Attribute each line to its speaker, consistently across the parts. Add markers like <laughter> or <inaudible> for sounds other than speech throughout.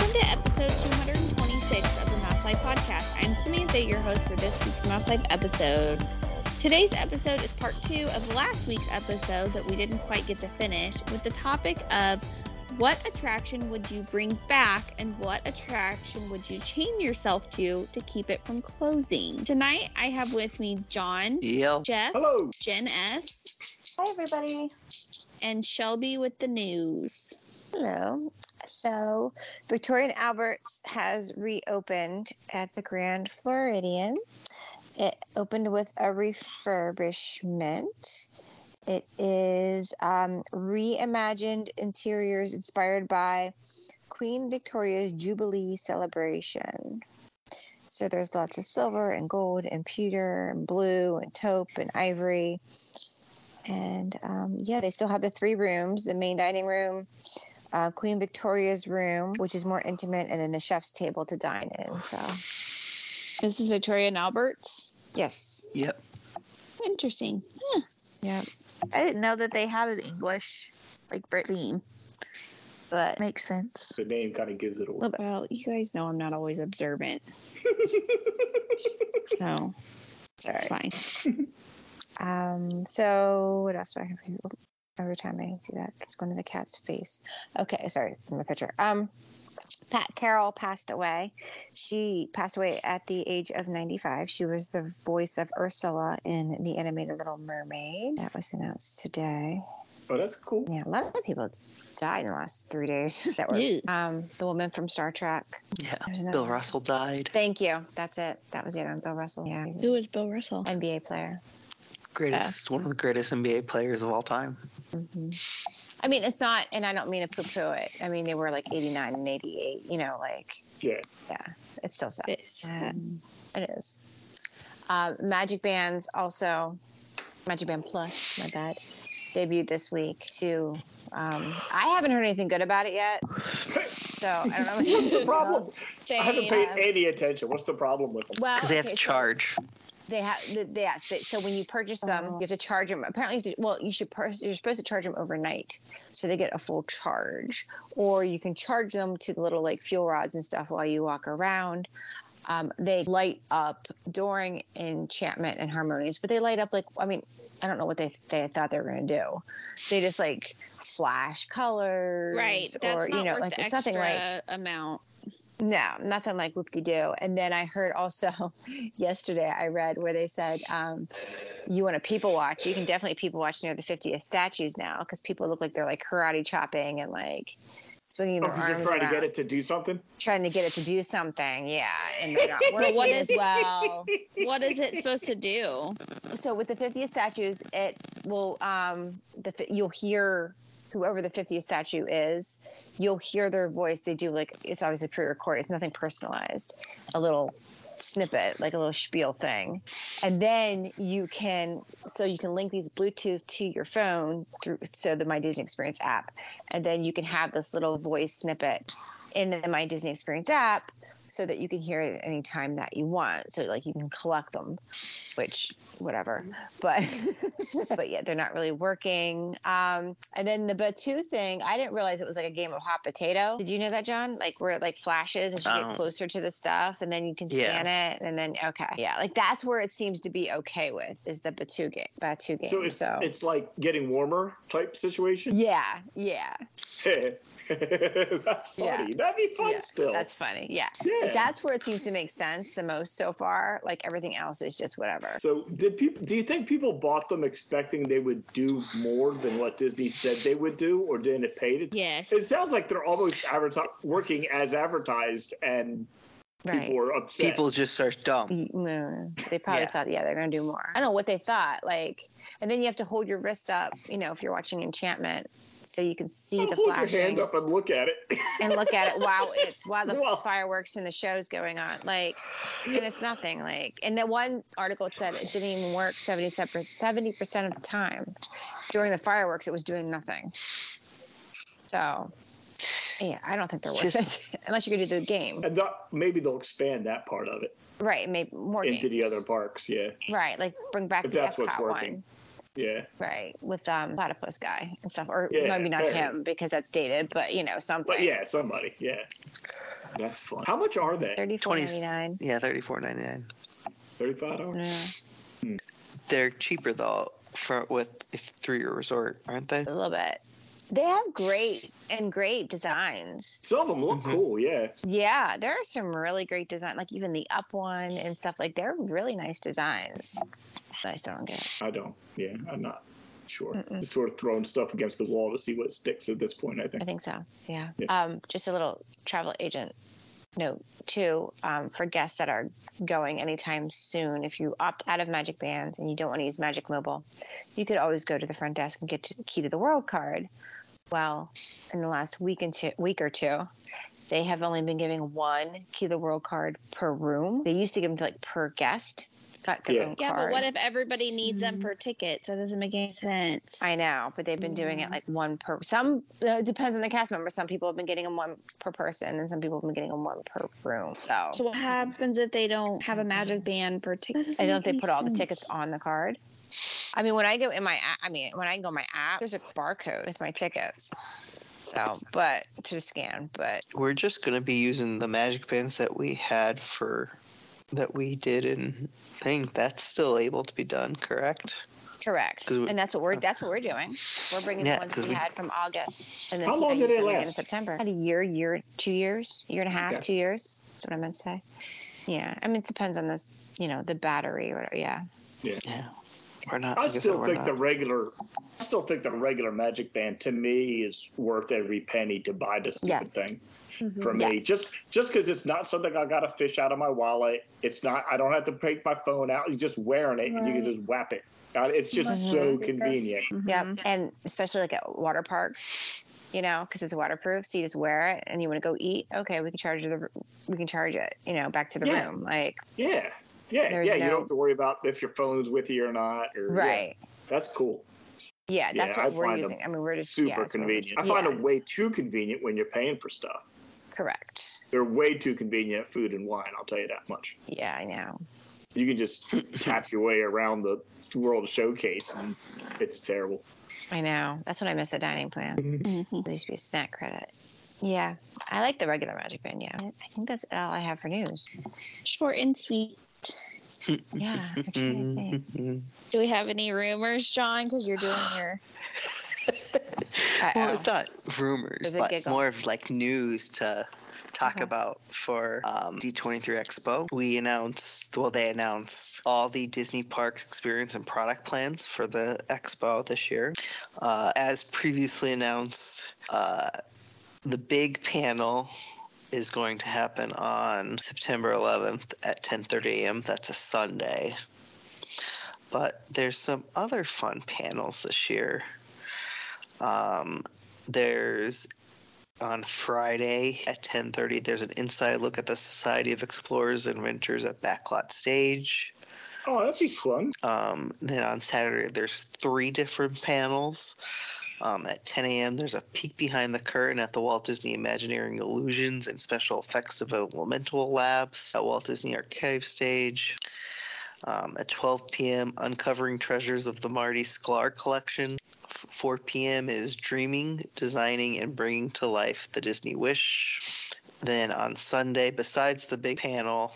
Speaker 1: episode 226 of the Mouse Life Podcast. I'm Samantha, your host for this week's Mouse Life episode. Today's episode is part two of last week's episode that we didn't quite get to finish with the topic of what attraction would you bring back and what attraction would you chain yourself to to keep it from closing? Tonight, I have with me John,
Speaker 2: Yeah.
Speaker 1: Jeff,
Speaker 3: Hello.
Speaker 1: Jen S.,
Speaker 4: Hi, everybody.
Speaker 1: and Shelby with the news.
Speaker 4: Hello. So, Victorian Alberts has reopened at the Grand Floridian. It opened with a refurbishment. It is um, reimagined interiors inspired by Queen Victoria's Jubilee celebration. So, there's lots of silver and gold and pewter and blue and taupe and ivory. And um, yeah, they still have the three rooms the main dining room, uh, Queen Victoria's room, which is more intimate, and then the chef's table to dine in. So,
Speaker 1: This is Victoria and Alberts.
Speaker 4: yes.
Speaker 2: Yep.
Speaker 1: Interesting.
Speaker 4: Yeah.
Speaker 1: I didn't know that they had an English like Brit theme, but makes sense.
Speaker 3: The name kind of gives it away.
Speaker 1: Well, you guys know I'm not always <laughs> observant, so it's fine.
Speaker 4: Um, so, what else do I have here? Every time I do that, it's going to the cat's face. Okay, sorry, my picture. Um, Pat Carroll passed away. She passed away at the age of 95. She was the voice of Ursula in the animated Little Mermaid. That was announced today.
Speaker 3: Oh, that's cool.
Speaker 4: Yeah, a lot of people died in the last three days. <laughs> That were
Speaker 1: Ew.
Speaker 4: um, the woman from Star Trek.
Speaker 2: Yeah.
Speaker 4: There's another
Speaker 2: Bill
Speaker 4: one.
Speaker 2: Russell died.
Speaker 4: Thank you. That's it. That was it on Bill Russell. Yeah, he's
Speaker 1: Who
Speaker 4: an
Speaker 1: is Bill Russell?
Speaker 4: NBA player.
Speaker 2: Greatest, one of the greatest NBA players of all time.
Speaker 3: Oh,
Speaker 4: Mm-hmm. I mean, it's not, and I don't mean to poo-poo it. I mean, they were like 89 and 88. You know, like
Speaker 3: Yeah. <laughs>
Speaker 4: yeah, it's still sad.
Speaker 1: This.
Speaker 4: Um, it is. Uh, Magic Bands also, Magic Band Plus, my bad, debuted this week too. Um, I haven't heard anything good about it yet, so I don't know. what
Speaker 3: What's
Speaker 4: to
Speaker 3: the
Speaker 4: think about
Speaker 3: problem?
Speaker 4: it.
Speaker 3: I haven't paid
Speaker 4: um,
Speaker 3: any attention. What's the problem with them?
Speaker 4: Well,
Speaker 2: Because they have
Speaker 4: okay,
Speaker 2: to
Speaker 4: so-
Speaker 2: charge.
Speaker 4: they have th- they- yes they, so when you purchase them
Speaker 1: Oh.
Speaker 4: you have to charge them apparently you have to, well you should pur- you're supposed to charge them overnight so they get a full charge or you can charge them to the little like fuel rods and stuff while you walk around um, they light up during enchantment and harmonies but they light up like i mean i don't know what they they thought they were going to do they just like flash colors
Speaker 1: Right, that's
Speaker 4: or
Speaker 1: not
Speaker 4: you know
Speaker 1: worth
Speaker 4: like
Speaker 1: the
Speaker 4: it's
Speaker 1: extra
Speaker 4: nothing like
Speaker 1: amount.
Speaker 4: no, nothing like whoop de doo. And then I heard also <laughs> yesterday I read where they said, um, you want to people watch. You can definitely people watch near the 50th statues now because people look like they're like karate chopping and like swinging
Speaker 3: Oh,
Speaker 4: their
Speaker 3: 'cause they're
Speaker 4: arms
Speaker 3: trying to
Speaker 4: around,
Speaker 3: get it to do something.
Speaker 4: trying to get it to do something. Yeah. And
Speaker 3: <laughs>
Speaker 4: they're not working
Speaker 1: what
Speaker 4: as
Speaker 1: is-
Speaker 4: well.
Speaker 1: What is it supposed to
Speaker 4: <laughs>
Speaker 1: do?
Speaker 4: So with the 50th statues, it will, um, the, fi- you'll hear whoever the 50th statue is, you'll hear their voice. They do like, it's obviously pre-recorded. It's nothing personalized. A little snippet, like a little spiel thing. And then you can, so you can link these Bluetooth to your phone through, so the My Disney Experience app. And then you can have this little voice snippet in the My Disney Experience app so that you can hear it at any time that you want. So like you can collect them, which whatever. But <laughs> but yeah, they're not really working. Um, and then the Batu thing, I didn't realize it was like a game of hot potato. Did you know that, John? Like where it like flashes as you
Speaker 2: Um,
Speaker 4: get closer to the stuff, and then you can
Speaker 2: yeah.
Speaker 4: scan it, and then okay, yeah, like that's where it seems to be okay with is the Batu game. Batu game.
Speaker 3: So
Speaker 4: So,
Speaker 3: it's it's like getting warmer type situation. <laughs>
Speaker 4: yeah, yeah,
Speaker 3: that's
Speaker 4: Yeah.
Speaker 3: funny. That'd be fun
Speaker 4: Yeah,
Speaker 3: still.
Speaker 4: that's funny. Yeah.
Speaker 3: yeah.
Speaker 4: That's where it seems to make sense the most so far. Like everything else is just whatever.
Speaker 3: so did people? Do you think people bought them expecting they would do more than what Disney said they would do, or didn't it pay to?
Speaker 1: Yes.
Speaker 3: It sounds like they're almost adverti- working as advertised, and
Speaker 4: Right.
Speaker 3: people are upset.
Speaker 2: People just are dumb.
Speaker 3: Mm.
Speaker 4: Y- no, They probably
Speaker 2: Yeah.
Speaker 4: thought, yeah, they're going to do more. I don't know what they thought. Like, and then you have to hold your wrist up, you know, if you're watching Enchantment, so you can see
Speaker 3: Don't
Speaker 4: the
Speaker 3: hold
Speaker 4: flashing
Speaker 3: your hand up and look at it.
Speaker 4: and look at it while
Speaker 3: <laughs>
Speaker 4: it's while the
Speaker 3: Well-
Speaker 4: fireworks and the show's going on. Like, and it's nothing. Like, and that one article it said it didn't even work 77 70 percent of the time during the fireworks. It was doing nothing. So, yeah, I don't think they're worth it <laughs> unless you're going to do the game,
Speaker 3: and th- maybe they'll expand that part of it
Speaker 4: right? Maybe more
Speaker 3: into the
Speaker 4: games.
Speaker 3: other parks. Yeah,
Speaker 4: right? Like, bring back
Speaker 3: If
Speaker 4: the
Speaker 3: that's what's
Speaker 4: Epcot
Speaker 3: working.
Speaker 4: one.
Speaker 3: yeah.
Speaker 4: right with um platypus guy and stuff or
Speaker 3: Yeah,
Speaker 4: maybe not
Speaker 3: right.
Speaker 4: him because that's dated but you know something
Speaker 3: But yeah, somebody. Yeah. That's fun. How much are they?
Speaker 4: Thirty-four ninety-nine. Mm.
Speaker 2: Yeah, thirty four ninety nine.
Speaker 3: Thirty-five dollars.
Speaker 4: Yeah.
Speaker 2: They're cheaper though for with if through your resort, aren't they?
Speaker 4: a
Speaker 3: Oh.
Speaker 4: little bit. They have great and great designs.
Speaker 3: Some of them look
Speaker 2: Mhm.
Speaker 3: cool. Yeah.
Speaker 4: Yeah, there are some really great designs, like even the up one and stuff. Like they're really nice designs. But I still don't get it.
Speaker 3: I don't. Yeah, I'm not sure.
Speaker 4: Mm-mm.
Speaker 3: Just sort of throwing stuff against the wall to see what sticks at this point. I
Speaker 4: I
Speaker 3: think.
Speaker 4: think so. Yeah.
Speaker 3: Yeah.
Speaker 4: Um, just a little travel agent note too um, for guests that are going anytime soon. If you opt out of Magic Bands and you don't want to use Magic Mobile, you could always go to the front desk and get to the Key to the World card. Well, in the last week and two, week or two, they have only been giving one Key to the World card per room. They used to give them to like per guest. Got their
Speaker 3: Yeah.
Speaker 4: own
Speaker 1: Yeah,
Speaker 4: card.
Speaker 1: but what if everybody needs them
Speaker 4: Mhm.
Speaker 1: for tickets? That doesn't make any sense.
Speaker 4: I know, but they've been doing it
Speaker 1: Yeah.
Speaker 4: like one per. Some uh, it depends on the cast member. Some people have been getting them one per person, and some people have been getting them one per room. So,
Speaker 1: so what happens if they don't have a magic band for tickets?
Speaker 4: I don't think they put all the tickets on the card. I mean, when I go in my, app, I mean, when I go in my app, there's a barcode with my tickets. So, but to scan, but
Speaker 2: We're just gonna be using the magic bands that we had for that we did in thing. That's still able to be done, correct?
Speaker 4: correct,
Speaker 2: 'Cause we-
Speaker 4: and that's what we're that's what <laughs> we're doing. We're bringing
Speaker 2: Yeah,
Speaker 4: the ones
Speaker 2: 'cause
Speaker 4: we,
Speaker 2: we-
Speaker 4: had from August, and then
Speaker 3: How
Speaker 4: I
Speaker 3: long
Speaker 4: used
Speaker 3: did it
Speaker 4: them again In
Speaker 3: last?
Speaker 4: September, had a year, year, two years, year and a half,
Speaker 3: Okay.
Speaker 4: two years. That's what I meant to say. Yeah, I mean, it depends on this, you know, the battery or whatever. Yeah,
Speaker 2: Yeah. We're not.
Speaker 3: I
Speaker 2: guess that
Speaker 3: still
Speaker 2: we're
Speaker 3: think the
Speaker 2: not.
Speaker 3: regular, I still think the regular Magic Band to me is worth every penny to buy this stupid
Speaker 4: Yes. Mm-hmm.
Speaker 3: thing for me.
Speaker 4: Yes.
Speaker 3: Just just because it's not something I got to fish out of my wallet. It's not. I don't have to take my phone out. You're just wearing it, and you can
Speaker 1: Right.
Speaker 3: just whap it. Uh, It's just
Speaker 4: Mhm.
Speaker 3: so convenient.
Speaker 4: Yep. And especially like at water parks, you know, because it's waterproof. So you just wear it and you want to go eat. Okay, we can charge you the we can charge it, you know, back to the
Speaker 3: Yeah.
Speaker 4: room. Like
Speaker 3: Yeah. Yeah,
Speaker 4: There's
Speaker 3: yeah. You
Speaker 4: no-
Speaker 3: don't have to worry about if your phone's with you or not. Or, yeah.
Speaker 4: right.
Speaker 3: that's cool.
Speaker 4: Yeah,
Speaker 3: Yeah,
Speaker 4: that's
Speaker 3: I
Speaker 4: what we're
Speaker 3: find 'em
Speaker 4: using. I mean we're just yeah,
Speaker 3: Super
Speaker 4: that's what we're
Speaker 3: convenient. I
Speaker 4: using.
Speaker 3: find
Speaker 4: yeah,
Speaker 3: it way too convenient when you're paying for stuff.
Speaker 4: correct.
Speaker 3: They're way too convenient at food and wine. I'll tell you that much.
Speaker 4: Yeah, I know.
Speaker 3: you can just <clears throat> tap your way around the world showcase and it's terrible
Speaker 4: I know. That's when I miss the dining plan.
Speaker 1: Mhm.
Speaker 4: There used to be a snack credit. Mm-hmm. Yeah. I like the regular magic band, yeah. I think that's all I have for news.
Speaker 1: Short and sweet.
Speaker 4: Yeah. I'm <laughs> trying to think.
Speaker 3: <laughs>
Speaker 2: Mhm.
Speaker 1: Do we have any rumors, John? Because you're doing your.
Speaker 2: well,
Speaker 4: Uh-oh.
Speaker 2: it's not rumors,
Speaker 4: There's a
Speaker 2: but
Speaker 4: giggle. Uh-huh.
Speaker 2: more of like news to talk
Speaker 4: Okay.
Speaker 2: about for um, D23 Expo. We announced, well, they announced all the Disney parks experience and product plans for the expo this year. Uh, as previously announced, uh, the big panel is going to happen on September 11th at 10:30 a.m. That's a Sunday. But there's some other fun panels this year. Um, there's on Friday at 10:30. There's an inside look at the Society of Explorers and Adventures at Backlot Stage.
Speaker 3: oh that'd be fun
Speaker 2: Um, then on Saturday, there's three different panels. Um, at 10 a.m., there's a peek behind the curtain at the Walt Disney Imagineering Illusions and Special Effects Developmental Labs at Walt Disney Archive Stage. Um, at 12 p.m., Uncovering Treasures of the Marty Sklar Collection. F- 4 p.m. is Dreaming, Designing, and Bringing to Life the Disney Wish. Then on Sunday, besides the big panel,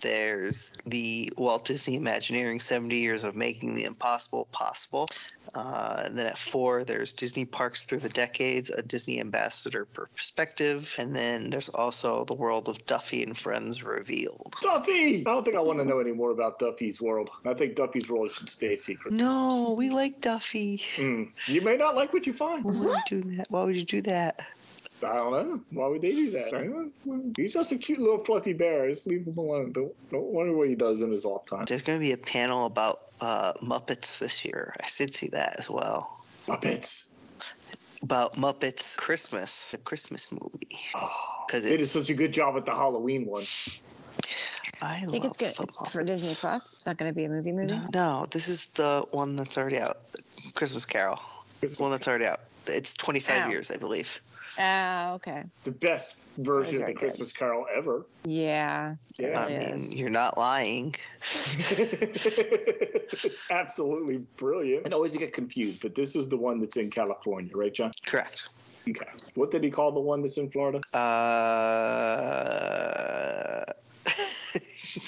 Speaker 2: there's the Walt Disney Imagineering 70 Years of Making the Impossible Possible. Uh, and then at four, there's Disney Parks Through the Decades, a Disney Ambassador Perspective. And then there's also the world of Duffy and Friends revealed.
Speaker 3: duffy i don't think i want to know any more about duffy's world i think duffy's world should stay secret
Speaker 2: No, we like Duffy.
Speaker 3: Mm. you may not like what you find
Speaker 2: Why would you do that? Why would you do that?
Speaker 3: i don't know why would they do that I don't know. he's just a cute little fluffy bear just leave him alone don't, don't wonder what he does in his off time
Speaker 2: There's going to be a panel about uh, Muppets this year. I did see that as well.
Speaker 3: puppets
Speaker 2: About Muppets Christmas, the Christmas movie.
Speaker 3: oh,
Speaker 2: 'Cause
Speaker 3: they did
Speaker 2: it's-
Speaker 3: such a good job at the halloween one
Speaker 2: I,
Speaker 4: I think
Speaker 2: love
Speaker 4: it's good.
Speaker 2: the
Speaker 4: It's for
Speaker 2: Muppets.
Speaker 4: Disney Plus. It's not gonna be a movie movie.
Speaker 2: No, no, this is the one that's already out. Christmas Carol. The one that's already out. It's 25
Speaker 4: Oh.
Speaker 2: years, I believe.
Speaker 4: Oh, okay.
Speaker 3: the best version of
Speaker 4: very
Speaker 3: the
Speaker 4: good.
Speaker 3: christmas carol ever
Speaker 4: Yeah.
Speaker 2: I
Speaker 3: yeah
Speaker 4: It
Speaker 2: mean,
Speaker 4: is.
Speaker 2: you're not lying.
Speaker 3: <laughs> Absolutely brilliant. And always get confused, but this is the one that's in California, right, John?
Speaker 2: Correct.
Speaker 3: Okay. What did he call the one that's in Florida?
Speaker 2: Uh, <laughs>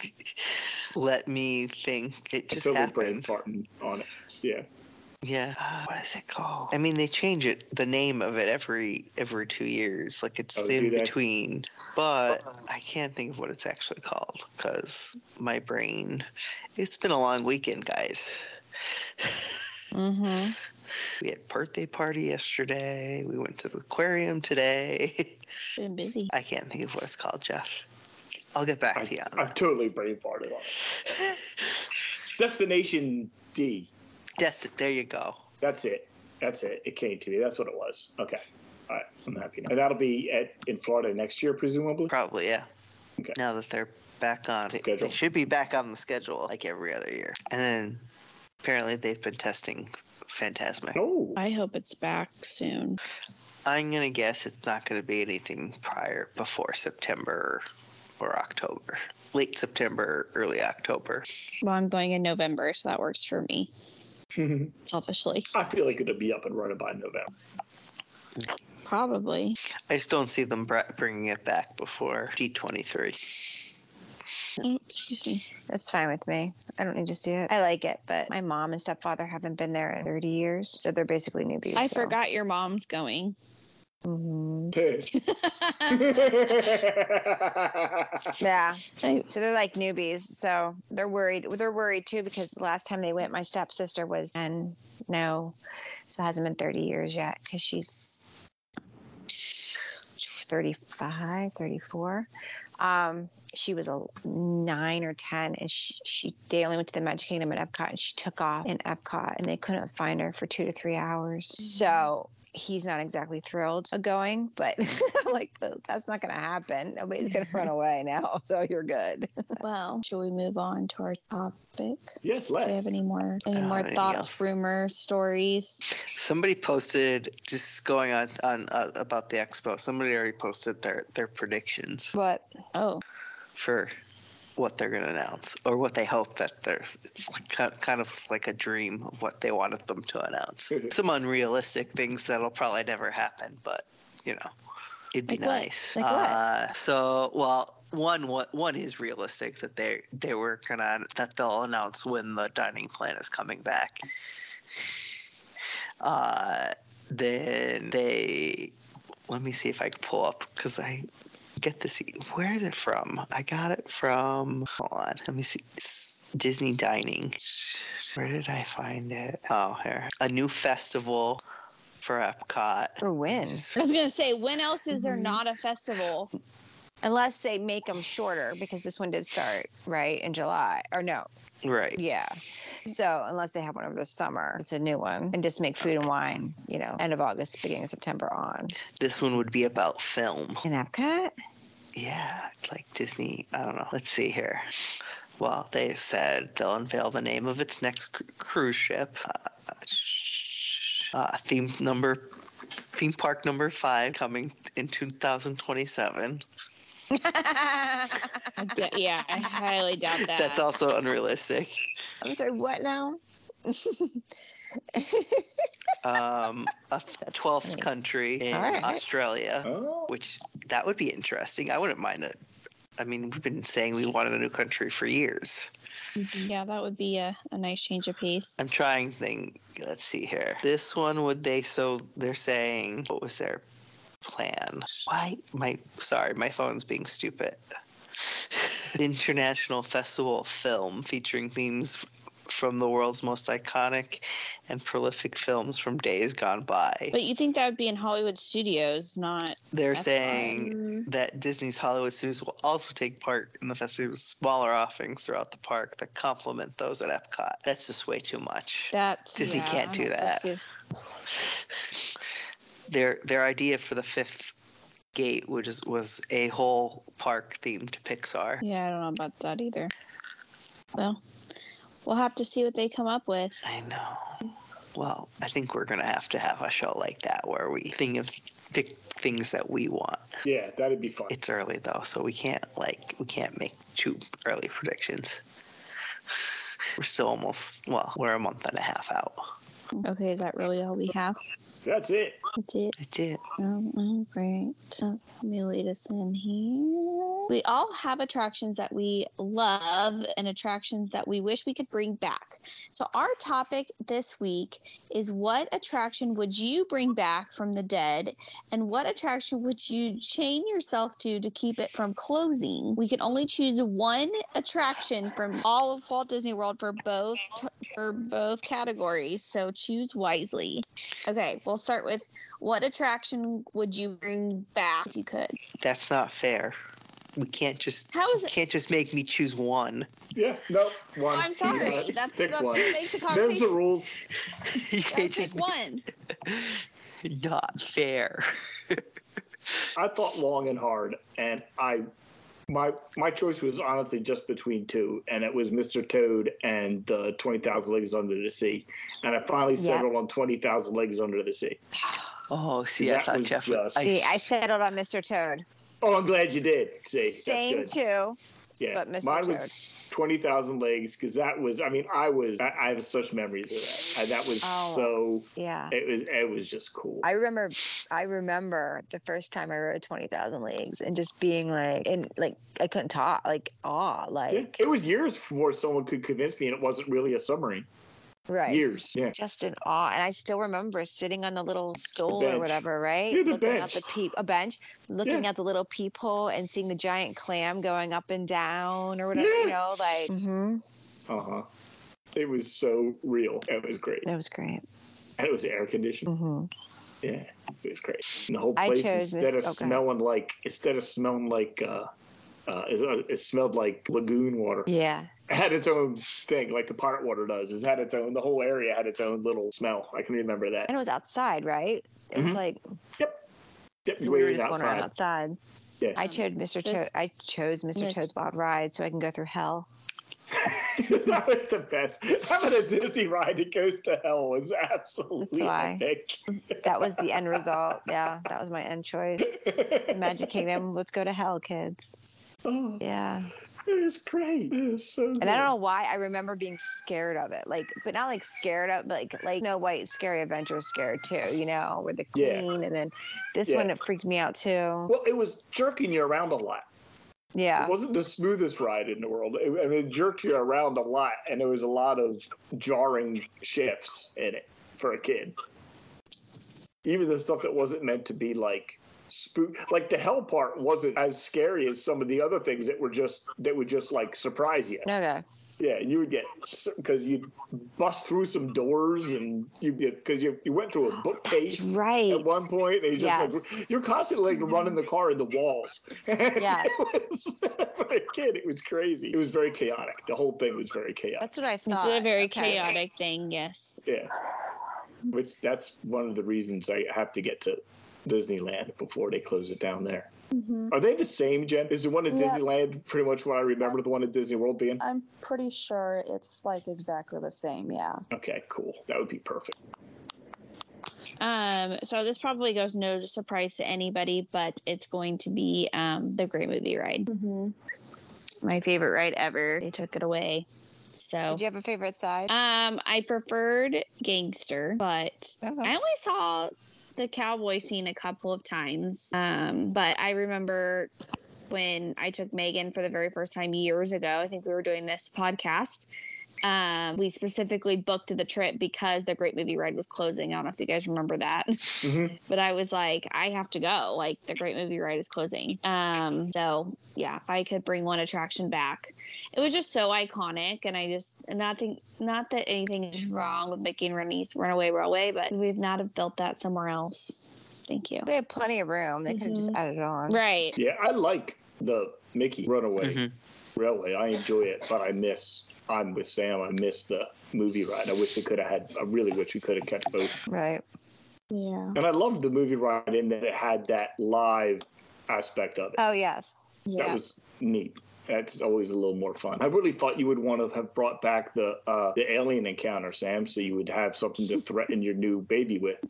Speaker 2: let me think. It just
Speaker 3: Silver brain
Speaker 2: happened.
Speaker 3: farting on it. Yeah.
Speaker 2: Yeah. Uh, what is it called? I mean, they change it, the name of it every every two years. Like it's
Speaker 3: Oh,
Speaker 2: the
Speaker 3: do
Speaker 2: in
Speaker 3: they?
Speaker 2: between, but I can't think of what it's actually called because my brain. It's been a long weekend, guys.
Speaker 4: Mm-hmm.
Speaker 2: We had birthday party yesterday. We went to the aquarium today.
Speaker 1: <sighs>
Speaker 2: <laughs>
Speaker 1: Been busy.
Speaker 2: I can't think of what it's called, Josh. I'll get back to
Speaker 3: I,
Speaker 2: you on
Speaker 3: I
Speaker 2: that.
Speaker 3: totally brain farted on it.
Speaker 2: <laughs>
Speaker 3: Destination D.
Speaker 2: Yes, there you go.
Speaker 3: That's it. That's it. It came to me. That's what it was. Okay. All right. I'm happy now. And that'll be at in Florida next year, presumably.
Speaker 2: Probably, yeah.
Speaker 3: Okay.
Speaker 2: Now that they're back on they-
Speaker 3: Schedule.
Speaker 2: They should be back on the schedule like every other year. And then apparently they've been testing Fantasmic.
Speaker 3: No.
Speaker 1: I hope it's back soon.
Speaker 2: I'm gonna guess it's not gonna be anything prior before September or October. Late September, early October.
Speaker 1: Well, I'm going in November, so that works for me
Speaker 3: <laughs> I
Speaker 1: selfishly.
Speaker 3: feel like it'll be up and running by November.
Speaker 2: <laughs>
Speaker 3: <laughs>
Speaker 1: Probably.
Speaker 2: I just don't see them br- bringing it back before D23.
Speaker 1: Oh, excuse me.
Speaker 4: That's fine with me. I don't need to see it. I like it, but my mom and stepfather haven't been there in 30 years, so they're basically newbies.
Speaker 1: I
Speaker 4: so-
Speaker 1: forgot your mom's going.
Speaker 4: Mhm.
Speaker 3: Hey.
Speaker 4: Yeah,
Speaker 1: I-
Speaker 4: so they're like newbies, so they're worried. They're worried too because the last time they went, my stepsister was and no, so it hasn't been 30 years yet because she's 35, 34. Um, she was a nine or 10, and she, she they only went to the Magic Kingdom at Epcot, and she took off in Epcot, and they couldn't find her for two to three hours. So he's not exactly thrilled of going, but <laughs> I'm like "But that's not going to happen. Nobody's going to <laughs> run away now, so you're good.
Speaker 1: well, should we move on to our topic?
Speaker 3: yes,
Speaker 1: Do we
Speaker 3: let's.
Speaker 1: have any more any
Speaker 2: I don't
Speaker 1: more
Speaker 2: have anything
Speaker 1: thoughts,
Speaker 2: else.
Speaker 1: rumors, stories?
Speaker 2: Somebody posted just going on on uh, about the expo. Somebody already posted their their predictions
Speaker 4: But
Speaker 1: Oh,
Speaker 2: for what they're going to announce or what they hope that there's. It's like ki- kind of like a dream of what they wanted them to announce.
Speaker 1: Mm-hmm.
Speaker 2: Some unrealistic things that'll probably never happen, but you know, it'd be
Speaker 1: Like what?
Speaker 2: nice.
Speaker 1: Like what?
Speaker 2: Uh, so well. One, what one is realistic that they they were gonna that they'll announce when the dining plan is coming back. Uh, then they let me see if I can pull up because I get this. e- Where is it from? I got it from. Hold on. Let me see. It's Disney Dining. Where did I find it? Oh, here. A new festival for Epcot.
Speaker 4: for when?
Speaker 1: I was gonna say, when else is there
Speaker 4: Mhm.
Speaker 1: not a festival?
Speaker 4: Unless they make them shorter because this one did start right in July or no,
Speaker 2: Right.
Speaker 4: yeah. So unless they have one over the summer, it's a new one and just make food and wine, you know, end of August, beginning of September on.
Speaker 2: This one would be about film.
Speaker 4: In Epcot,
Speaker 2: Yeah, it's like Disney. I don't know. Let's see here. Well, they said they'll unveil the name of its next cru- cruise ship. Uh, sh- uh, theme number, theme park number five coming in 2027.
Speaker 1: I d- yeah, I highly doubt that.
Speaker 2: <laughs> That's also unrealistic.
Speaker 4: <laughs> I'm sorry, what now?
Speaker 2: Um, a th- 12th
Speaker 4: funny.
Speaker 2: country in
Speaker 4: All right.
Speaker 2: Australia,
Speaker 3: Oh.
Speaker 2: which that would be interesting. I wouldn't mind it. I mean, we've been saying we wanted a new country for years.
Speaker 1: Yeah, that would be a, a nice change of pace.
Speaker 2: I'm trying thing. Let's see here. This one would they so they're saying what was their plan? Why my sorry, my phone's being stupid. <laughs> International Festival of Film featuring themes f- from the world's most iconic and prolific films from days gone by.
Speaker 1: But you think that would be in Hollywood studios, not
Speaker 2: They're
Speaker 1: That's
Speaker 2: saying that Disney's Hollywood Studios will also take part in the festival's smaller offerings throughout the park that complement those at Epcot. That's just way too much.
Speaker 1: that's
Speaker 2: Disney
Speaker 1: yeah,
Speaker 2: can't do
Speaker 1: that's
Speaker 2: that.
Speaker 1: too-
Speaker 2: Their their idea for the fifth gate, which is, was a whole park themed to Pixar.
Speaker 1: Yeah, I don't know about that either. Well, we'll have to see what they come up with.
Speaker 2: I know. Well, I think we're gonna have to have a show like that where we think of pick things that we want.
Speaker 3: Yeah, that'd be fun.
Speaker 2: It's early though, so we can't like we can't make too early predictions. <laughs> We're still almost well, we're a month and a half out.
Speaker 1: Okay, is that really all we have?
Speaker 3: That's it.
Speaker 1: Did
Speaker 2: I did.
Speaker 1: Um, all right. So, Let me lead us in here. We all have attractions that we love and attractions that we wish we could bring back. So, our topic this week is what attraction would you bring back from the dead, and what attraction would you chain yourself to to keep it from closing? We can only choose one attraction from all of Walt Disney World for both for both categories. So, choose wisely. Okay, we'll start with what attraction would you bring back if you could?
Speaker 2: That's not fair. We can't just
Speaker 1: How is
Speaker 2: you
Speaker 1: it?
Speaker 2: can't just make me choose one. <laughs>
Speaker 3: Yeah, no, one.
Speaker 1: Oh, I'm sorry.
Speaker 3: Yeah.
Speaker 1: That's,
Speaker 3: Pick
Speaker 1: that's
Speaker 3: one.
Speaker 1: what makes a
Speaker 3: There's the
Speaker 1: conversation.
Speaker 3: rules.
Speaker 2: You
Speaker 1: You gotta pick
Speaker 2: can't
Speaker 1: <laughs>
Speaker 2: just
Speaker 1: one.
Speaker 2: not fair.
Speaker 3: I thought long and hard, and I my my choice was honestly just between two, and it was Mr. Toad and uh, Twenty Thousand Leagues Under the Sea, and I finally
Speaker 4: Yeah.
Speaker 3: settled on Twenty Thousand Leagues Under the Sea.
Speaker 2: Oh, see, I
Speaker 3: That
Speaker 2: thought
Speaker 3: was
Speaker 2: Jeff would.
Speaker 3: just-
Speaker 4: See, I settled on Mr. Toad.
Speaker 3: Oh, I'm glad you did. See,
Speaker 4: Same
Speaker 3: that's good.
Speaker 4: too,
Speaker 3: yeah,
Speaker 4: but Mr.
Speaker 3: mine was
Speaker 4: Toad.
Speaker 3: Twenty Thousand Leagues because that was. I mean, I was. I, I have such memories of that. I, that was
Speaker 4: Oh.
Speaker 3: so.
Speaker 4: Yeah.
Speaker 3: It was. It was just cool.
Speaker 4: I remember I remember the first time I rode 20,000 leagues and just being like and like I couldn't talk like awe
Speaker 3: Yeah,
Speaker 4: like
Speaker 3: it was years before someone could convince me, and it wasn't really a submarine.
Speaker 4: right
Speaker 3: Years. Yeah.
Speaker 4: just in awe and I still remember sitting on the little stool or
Speaker 3: bench.
Speaker 4: whatever right
Speaker 3: Yeah, the
Speaker 4: looking
Speaker 3: bench.
Speaker 4: out the peep a bench looking at the little peephole and seeing the giant clam going up and down or whatever you
Speaker 3: Yeah.
Speaker 4: know like Mhm.
Speaker 3: Uh huh. It was so real. It was great.
Speaker 4: that was great
Speaker 3: And it was air conditioned.
Speaker 4: hmm
Speaker 3: Yeah, it was great. And the whole
Speaker 4: I
Speaker 3: place
Speaker 4: chose
Speaker 3: instead
Speaker 4: Miss-
Speaker 3: of
Speaker 4: oh, go ahead.
Speaker 3: smelling like instead of smelling like uh, uh, it, it smelled like lagoon water.
Speaker 4: yeah
Speaker 3: It had its own thing, like the pirate water does. It had its own. The whole area had its own little smell. I can remember that.
Speaker 4: and it was outside right it was
Speaker 3: Mhm.
Speaker 4: like
Speaker 3: Yep,
Speaker 4: so
Speaker 3: you
Speaker 4: we were
Speaker 3: waited
Speaker 4: just going around
Speaker 3: <laughs> outside.
Speaker 4: outside
Speaker 3: Yeah.
Speaker 4: I chose Mr.
Speaker 1: This-
Speaker 4: Toad I chose Mr.
Speaker 1: Miss-
Speaker 4: Toad's Wild Ride so I can go through hell
Speaker 3: that was the best. Having a Disney ride that goes to hell was absolutely
Speaker 4: why.
Speaker 3: epic.
Speaker 4: that was the end result. Yeah, that was my end choice. Magic Kingdom, let's go to hell, kids.
Speaker 3: <laughs> Oh,
Speaker 4: Yeah.
Speaker 3: it was great. It was so
Speaker 4: And I don't know why I remember being scared of it. Like, but not like scared of, but like, like No White Scary Adventure scared too, you know, with the
Speaker 3: Yeah.
Speaker 4: queen. And then this
Speaker 3: Yeah.
Speaker 4: one, it freaked me out too.
Speaker 3: Well, it was jerking you around a lot.
Speaker 4: Yeah.
Speaker 3: It wasn't the smoothest ride in the world. It, I mean, it jerked you around a lot, and there was a lot of jarring shifts in it for a kid. Even the stuff that wasn't meant to be like spook, like the hell part wasn't as scary as some of the other things that were just that would just like surprise you.
Speaker 4: No, go.
Speaker 3: Yeah, you would get because you bust through some doors, and you get because you you went through a bookcase.
Speaker 4: That's right.
Speaker 3: at one point and you just like
Speaker 4: Yes. Mm-hmm.
Speaker 3: you're constantly like running the car in the walls <laughs>
Speaker 4: Yes.
Speaker 3: It was- <laughs> for a kid it was crazy it was very chaotic the whole thing was very chaotic
Speaker 4: That's what I
Speaker 1: It's
Speaker 4: thought.
Speaker 1: a very
Speaker 4: Okay.
Speaker 1: chaotic thing, yes.
Speaker 3: yeah which that's one of the reasons i have to get to disneyland before they close it down there are they the same jen is the one at
Speaker 5: Yeah.
Speaker 3: disneyland pretty much what i remember the one at disney world being
Speaker 4: Uh,
Speaker 5: I'm pretty sure it's like exactly the same. Yeah.
Speaker 3: okay cool that would be perfect
Speaker 1: Um, so this probably goes no surprise to anybody, but it's going to be um, the Great Movie Ride.
Speaker 5: Mm-hmm.
Speaker 1: My favorite ride ever. They took it away. So
Speaker 4: Did you have a favorite side?
Speaker 1: um I preferred Gangster, but
Speaker 4: Uh-huh.
Speaker 1: I only saw the cowboy scene a couple of times, um, but I remember when I took Megan for the very first time years ago. I think we were doing this podcast. Um, we specifically booked the trip because the Great Movie Ride was closing. I don't know if you guys remember that, <laughs>
Speaker 3: Mhm.
Speaker 1: but I was like, I have to go. Like the Great Movie Ride is closing. Um, so yeah, if I could bring one attraction back, it was just so iconic and i just not think not that anything is wrong with making Rennie's runaway railway but we've not have built that somewhere else thank you
Speaker 4: They had plenty of room. They could have just added on.
Speaker 1: Mm-hmm. right
Speaker 3: yeah i like the mickey runaway
Speaker 4: Mm-hmm.
Speaker 2: Mhm.
Speaker 3: Railway. I enjoy it, but I miss. I'm with Sam. I miss the movie ride. I wish they could have had. I really wish we could have kept both.
Speaker 4: Right.
Speaker 1: yeah
Speaker 3: And I loved the movie ride in that it had that live aspect of it.
Speaker 4: Oh, yes.
Speaker 3: That
Speaker 4: Yeah.
Speaker 3: was neat. That's always a little more fun. I really thought you would want to have brought back the uh, the alien encounter, Sam, so you would have something to threaten your new baby with.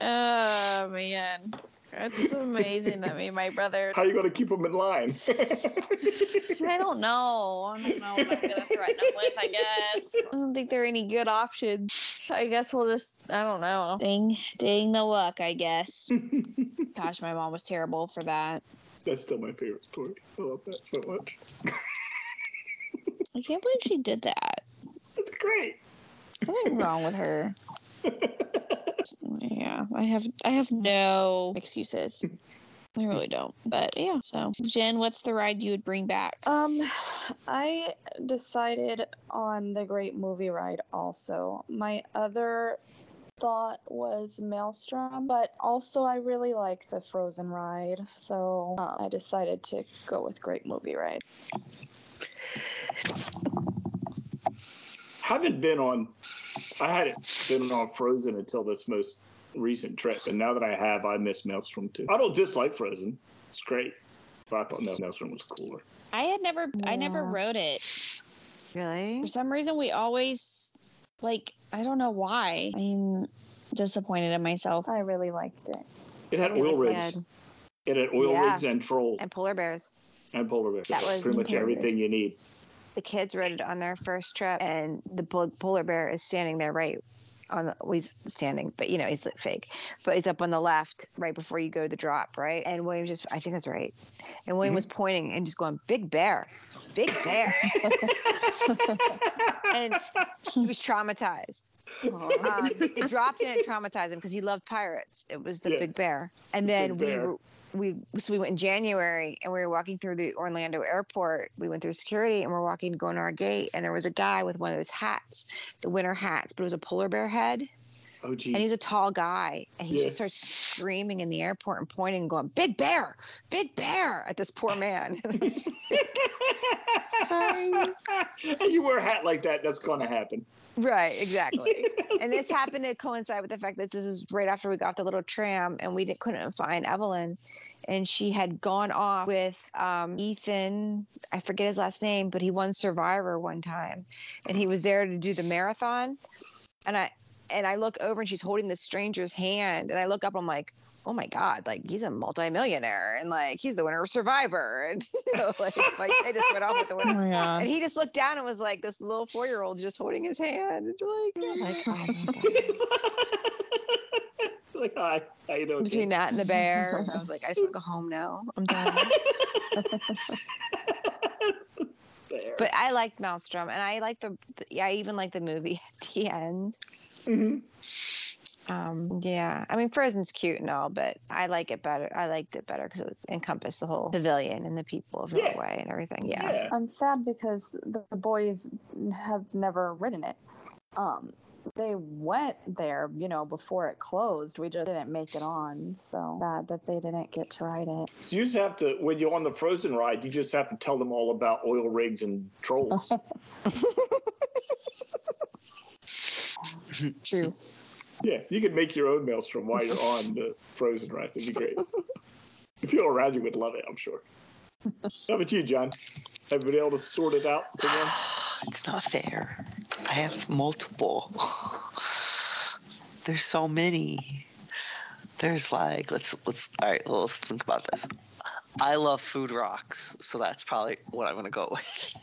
Speaker 5: Oh man, that's amazing that me and my brother.
Speaker 3: How are you going to keep them in line? <laughs>
Speaker 1: I don't know. I don't know what I'm gonna threaten them with. I guess.
Speaker 4: I don't think there are any good options.
Speaker 1: I guess we'll just. I don't know. Ding, ding the luck. I <laughs> guess. Gosh, my mom was terrible for that.
Speaker 3: That's still my favorite story. I love that so much.
Speaker 1: I can't believe she did that.
Speaker 3: That's great.
Speaker 1: Something wrong with her. Yeah, I have. I have no
Speaker 2: <laughs>
Speaker 1: excuses. I really don't. But yeah. So, Jen, what's the ride you would bring back?
Speaker 5: Um, I decided on the Great Movie Ride. Also, my other thought was Maelstrom, but also I really like the Frozen ride, so um, I decided to go with Great Movie Ride.
Speaker 3: Haven't been on. I hadn't been on Frozen until this most recent trip, and now that I have, I miss Maelstrom too. I don't dislike Frozen. It's great, but I thought no, Maelstrom was cooler.
Speaker 1: I had never. I never
Speaker 4: Yeah.
Speaker 1: rode it.
Speaker 4: Really?
Speaker 1: For some reason, we always like. I don't know why. I'm disappointed in myself.
Speaker 5: I really liked it.
Speaker 3: It had
Speaker 4: It
Speaker 3: oil
Speaker 4: was
Speaker 3: rigs.
Speaker 4: good.
Speaker 3: It had oil
Speaker 4: Yeah.
Speaker 3: rigs and troll
Speaker 4: And polar bears.
Speaker 3: and polar bears.
Speaker 4: That was
Speaker 3: pretty much
Speaker 5: imperative.
Speaker 3: everything you need.
Speaker 4: The kids rode it on their first trip, and the pol- polar bear is standing there right on the. well, He's standing, but you know he's like, fake. But he's up on the left right before you go to the drop, right? And William just, I think that's right. And William was pointing and just going, "Big bear, big bear," and he was traumatized. um, it dropped in and traumatized him because he loved pirates. It was the
Speaker 3: Yeah.
Speaker 4: big bear. And
Speaker 3: The
Speaker 4: then
Speaker 3: Big
Speaker 4: we
Speaker 3: Bear.
Speaker 4: were, we so we went in January and we were walking through the Orlando airport. We went through security and we're walking going to our gate and there was a guy with one of those hats, the winter hats, but it was a polar bear head.
Speaker 3: oh geez.
Speaker 4: And he's a tall guy and he
Speaker 3: Yeah.
Speaker 4: just starts screaming in the airport and pointing and going, Big bear, big bear at this poor man. <laughs>
Speaker 1: Sorry.
Speaker 3: <laughs> And you wear a hat like that, that's gonna happen.
Speaker 4: right, exactly. and this happened to coincide with the fact that this is right after we got off the little tram and we didn't, couldn't find Evelyn. And she had gone off with um, Ethan. I forget his last name, but he won Survivor one time, and he was there to do the marathon. And I and I look over, and she's holding this stranger's hand, and I look up, I'm like, oh my god, like he's a multimillionaire, and like he's the winner of Survivor, <laughs> and you know, like my kid just went off with the winner.
Speaker 1: my god.
Speaker 4: And he just looked down and was like, this little four year old just holding his hand. And you're like, like, oh my God.
Speaker 3: like hi, how you doing?
Speaker 4: <laughs> Between
Speaker 3: kid?
Speaker 4: that and the bear, and I was like, I just want to go home now. <laughs> I'm done.
Speaker 3: Bear.
Speaker 4: But I liked Maelstrom, and I like the, yeah, I even like the movie <laughs> at the end.
Speaker 3: Mhm.
Speaker 4: Um, yeah, I mean, Frozen's cute and all, but I like it better. I liked it better because it encompassed the whole pavilion and the people of
Speaker 3: Yeah.
Speaker 4: Norway and everything. Yeah.
Speaker 3: yeah.
Speaker 5: I'm sad because the the boys have never ridden it. Um, they went there, you know, before it closed. We just didn't make it on, so sad that they didn't get to ride it.
Speaker 3: So you just have to when you're on the frozen ride, you just have to tell them all about oil rigs and trolls.
Speaker 1: True.
Speaker 3: yeah, you can make your own maelstrom while you're on the frozen ride. That'd be great. if you're around you would love it, I'm sure. how about you, John? Have you been able to sort it out to them?
Speaker 2: it's not fair. I have multiple. <laughs> There's so many. There's like let's let's all right. Well, let's think about this. I love Food Rocks, so that's probably what I'm gonna go <laughs> with.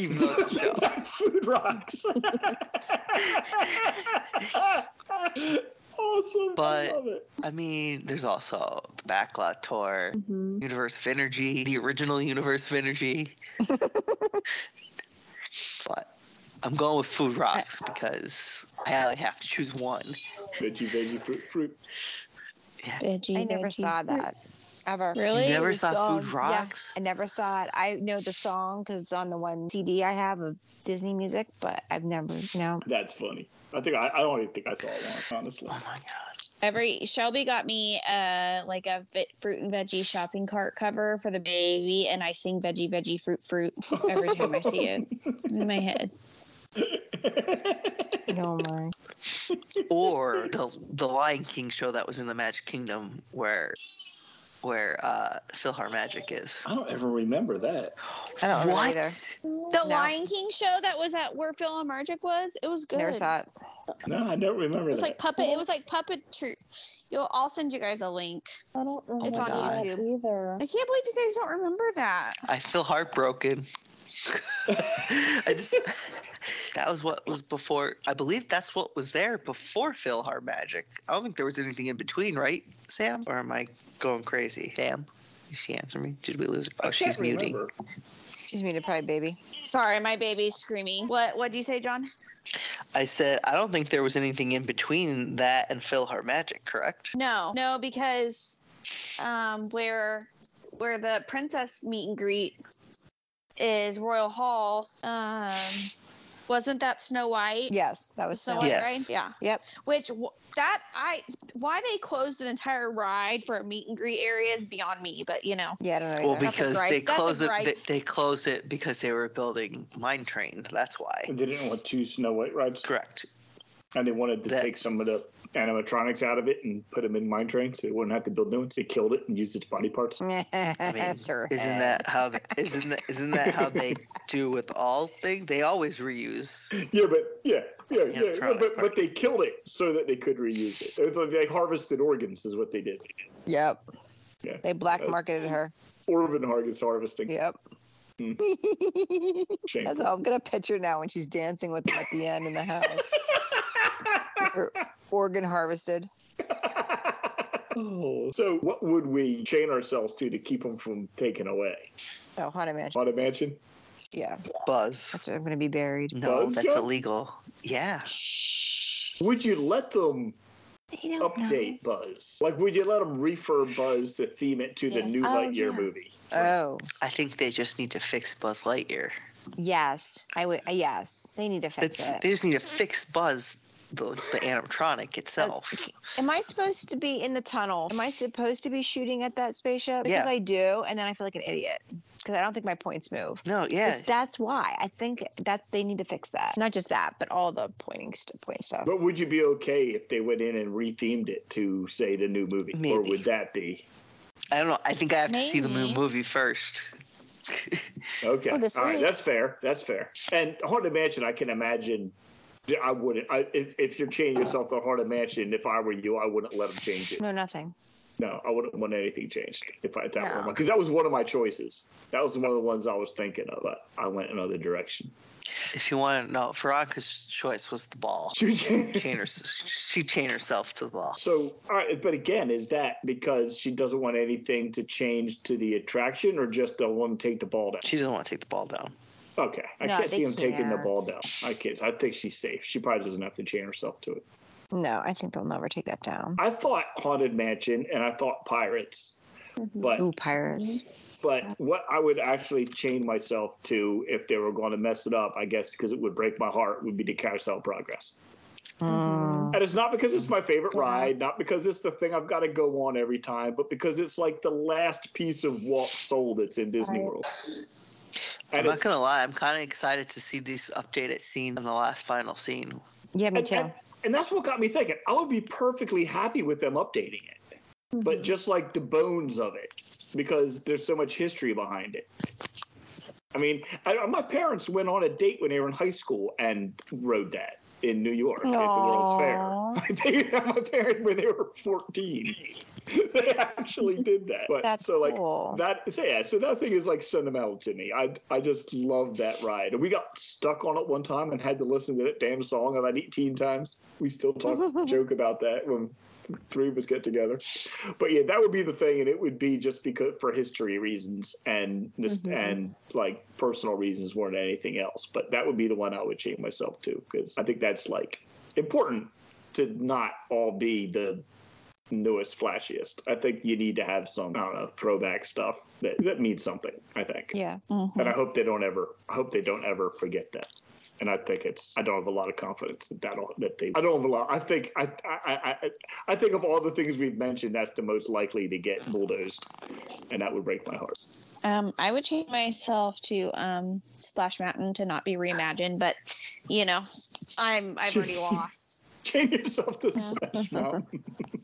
Speaker 2: Even though it's a show.
Speaker 3: Food rocks. <laughs> awesome. I
Speaker 2: But-
Speaker 3: love it.
Speaker 2: I mean, there's also the Backlot Tour,
Speaker 5: Mm-hmm.
Speaker 2: Universe of Energy, the original Universe of
Speaker 4: <laughs>
Speaker 2: Energy. but I'm going with Food
Speaker 4: Uh,
Speaker 2: Rocks because I only have to choose one.
Speaker 3: Veggie, veggie, fruit, fruit.
Speaker 1: Veggie,
Speaker 4: I never
Speaker 1: veggie.
Speaker 4: saw that ever.
Speaker 1: Really?
Speaker 2: you never
Speaker 4: It
Speaker 2: saw
Speaker 4: was,
Speaker 2: Food
Speaker 4: um, yeah.
Speaker 2: Rocks?
Speaker 4: I never saw it. I know the song because it's on the one CD I have of Disney music, but I've never, no.
Speaker 3: That's funny. I think I, I don't even think I saw it once, honestly. <laughs>
Speaker 2: Oh my god.
Speaker 1: Every Shelby got me uh like a fit, fruit and veggie shopping cart cover for the baby, and I sing veggie, veggie, fruit,
Speaker 2: <laughs>
Speaker 1: fruit every time I see it in my head. <laughs>
Speaker 4: No, my.
Speaker 2: Or the the Lion King show that was in the Magic Kingdom where where uh Philhar Magic is.
Speaker 3: I don't ever remember that.
Speaker 4: I don't remember
Speaker 2: what?
Speaker 4: either.
Speaker 1: The
Speaker 4: No.
Speaker 1: Lion King show that was at where Phil and Margic was, it was good.
Speaker 4: Never saw it.
Speaker 3: No, I don't remember
Speaker 1: It was
Speaker 3: that.
Speaker 1: like puppet. It was like puppet. Tr- You'll. I'll send you guys a link.
Speaker 5: I don't remember
Speaker 1: It's
Speaker 2: on
Speaker 5: that
Speaker 1: YouTube.
Speaker 5: either.
Speaker 1: I can't believe you guys don't remember that.
Speaker 2: I feel heartbroken. I just that was what was before. I believe that's what was there before Philhar Magic. I don't think there was anything in between, right, Sam? Or am I going crazy? Sam, did she answer me? Did we lose? her? Oh,
Speaker 3: I can't
Speaker 2: she's muting.
Speaker 3: remember.
Speaker 4: She's me to probably baby.
Speaker 1: Sorry, my baby's screaming. What? What do you say, John?
Speaker 2: I said I don't think there was anything in between that and Philhar Magic, correct?
Speaker 1: No, no, because um, where where the princess meet and greet is Royal Hall. Um, wasn't that Snow White?
Speaker 4: Yes, that was
Speaker 1: So
Speaker 4: so.
Speaker 1: White,
Speaker 2: Yes.
Speaker 1: right? Yeah.
Speaker 4: Yep.
Speaker 1: Which wh- that I why they closed an entire ride for a meet and greet area is beyond me, but you know.
Speaker 4: Yeah, I don't know.
Speaker 2: Well,
Speaker 4: either.
Speaker 1: That's a gripe.
Speaker 2: because they
Speaker 1: That's a
Speaker 2: closed it.
Speaker 1: gripe.
Speaker 2: They, they closed it because they were building mine train. That's why.
Speaker 3: They didn't want two Snow White rides,
Speaker 2: Correct.
Speaker 3: and they wanted to
Speaker 2: That-
Speaker 3: take some of the animatronics out of it and put them in mine train, so they wouldn't have to build new ones. They killed it and used its body parts.
Speaker 4: <laughs>
Speaker 2: I mean,
Speaker 4: That's her
Speaker 2: Isn't
Speaker 4: head.
Speaker 2: that how? th- Isn't that, isn't that how <laughs> they do with all things? They always reuse.
Speaker 3: Yeah, but yeah, yeah, yeah.
Speaker 2: Animatronic
Speaker 3: no, but
Speaker 2: parts.
Speaker 3: but they killed it so that they could reuse it. It was like they harvested organs, is what they did.
Speaker 4: Yep.
Speaker 3: Yeah.
Speaker 4: They black marketed her.
Speaker 3: Organ organs harvesting.
Speaker 4: Yep.
Speaker 3: Hmm. Shame.
Speaker 4: That's all. I'm gonna picture now when she's dancing with them at the end in the house. Her organ harvested.
Speaker 3: Oh. So, what would we chain ourselves to to keep them from taking away?
Speaker 4: Oh, haunted mansion.
Speaker 3: Haunted mansion?
Speaker 4: Yeah,
Speaker 2: Buzz.
Speaker 4: that's where I'm gonna be buried.
Speaker 2: No,
Speaker 3: Buzz
Speaker 2: that's
Speaker 3: Cut?
Speaker 2: illegal. Yeah.
Speaker 3: Would you let them
Speaker 1: They don't
Speaker 3: update Buzz? Like, would you let them refurb Buzz to theme it to the
Speaker 1: Yes.
Speaker 3: new
Speaker 1: Oh,
Speaker 3: Lightyear
Speaker 1: yeah.
Speaker 3: movie?
Speaker 4: Oh,
Speaker 2: I think they just need to fix Buzz Lightyear.
Speaker 4: yes. I would. Yes, they need to fix
Speaker 2: It's,
Speaker 4: it.
Speaker 2: they just need to fix Buzz, the, the animatronic itself.
Speaker 4: Am I supposed to be in the tunnel? Am I supposed to be shooting at that spaceship?
Speaker 2: Yeah.
Speaker 4: Because I do, and then I feel like an idiot because I don't think my points move.
Speaker 2: No, yeah.
Speaker 4: It's- That's why I think that they need to fix that. Not just that, but all the pointing st- point stuff.
Speaker 3: But would you be okay if they went in and rethemed it to, say, the new movie? Or
Speaker 2: Maybe.
Speaker 3: would that be
Speaker 2: I don't know. I think I have to see the new
Speaker 1: Maybe.
Speaker 2: movie first. <laughs>
Speaker 3: okay?
Speaker 4: Oh, this
Speaker 3: All right,
Speaker 4: week.
Speaker 3: that's fair. That's fair. And Haunted Mansion, I can imagine. I wouldn't. I, if if you're chaining yourself to Haunted Mansion, if I were you, I wouldn't let them change it.
Speaker 4: No, nothing.
Speaker 3: No, I wouldn't want anything changed if I that
Speaker 4: No.
Speaker 3: one because that was one of my choices. That was one of the ones I was thinking of, but I went another direction. <laughs>
Speaker 2: If you want to know, Veronica's choice was the ball. Chain her, she chained herself to the ball.
Speaker 3: so, all right, but again, is that because she doesn't want anything to change to the attraction, or just don't want to take the ball down?
Speaker 2: She doesn't want to take the ball down.
Speaker 3: Okay, I
Speaker 4: No,
Speaker 3: can't
Speaker 4: they
Speaker 3: see him taking the
Speaker 4: can't.
Speaker 3: ball down. I can't. I think she's safe. She probably doesn't have to chain herself to it.
Speaker 4: No, I think they'll never take that down.
Speaker 3: I thought haunted mansion, and I thought pirates, but
Speaker 4: Ooh, pirate.
Speaker 3: But what I would actually chain myself to if they were going to mess it up, I guess, because it would break my heart, would be the Carousel Progress.
Speaker 4: Mm.
Speaker 3: And it's not because it's my favorite ride, not because it's the thing I've got to go on every time, but because it's like the last piece of Walt's soul that's in Disney
Speaker 5: Right.
Speaker 3: World.
Speaker 2: I'm
Speaker 3: And
Speaker 2: not
Speaker 3: it's,
Speaker 2: going to lie. I'm kind of excited to see this updated scene in the last final scene.
Speaker 4: Yeah, me
Speaker 3: and,
Speaker 4: too.
Speaker 3: and, and that's what got me thinking. I would be perfectly happy with them updating it,
Speaker 4: Mm-hmm.
Speaker 3: but just like the bones of it, because there's so much history behind it. I mean, I, my parents went on a date when they were in high school and rode that in New York at the World's Fair.
Speaker 4: Aw,
Speaker 3: <laughs> they had my parents when they were 14. they actually did that. But
Speaker 4: That's
Speaker 3: so like
Speaker 4: cool.
Speaker 3: that so yeah, so that thing is like sentimental to me. I I just love that ride. And we got stuck on it one time and had to listen to that damn song about 18 times. We still talk joke about that when three of us get together. But yeah, that would be the thing, and it would be just because for history reasons and this
Speaker 4: Mhm.
Speaker 3: and like personal reasons more than anything else. But that would be the one I would chain myself to because I think that's like important to not all be the newest, flashiest. I think you need to have some I don't know throwback stuff that that means something. I think.
Speaker 4: yeah.
Speaker 3: And I hope they don't ever. I hope they don't ever forget that. And I think it's. I don't have a lot of confidence that that'll, that they. I don't have a lot. I think. I, I. I. I- I think of all the things we've mentioned, that's the most likely to get bulldozed, and that would break my heart. <laughs>
Speaker 1: Um, I would change myself to um, Splash Mountain to not be reimagined, but you know, I'm I've already lost.
Speaker 3: Chain yourself to
Speaker 1: Yeah.
Speaker 3: Splash Mountain.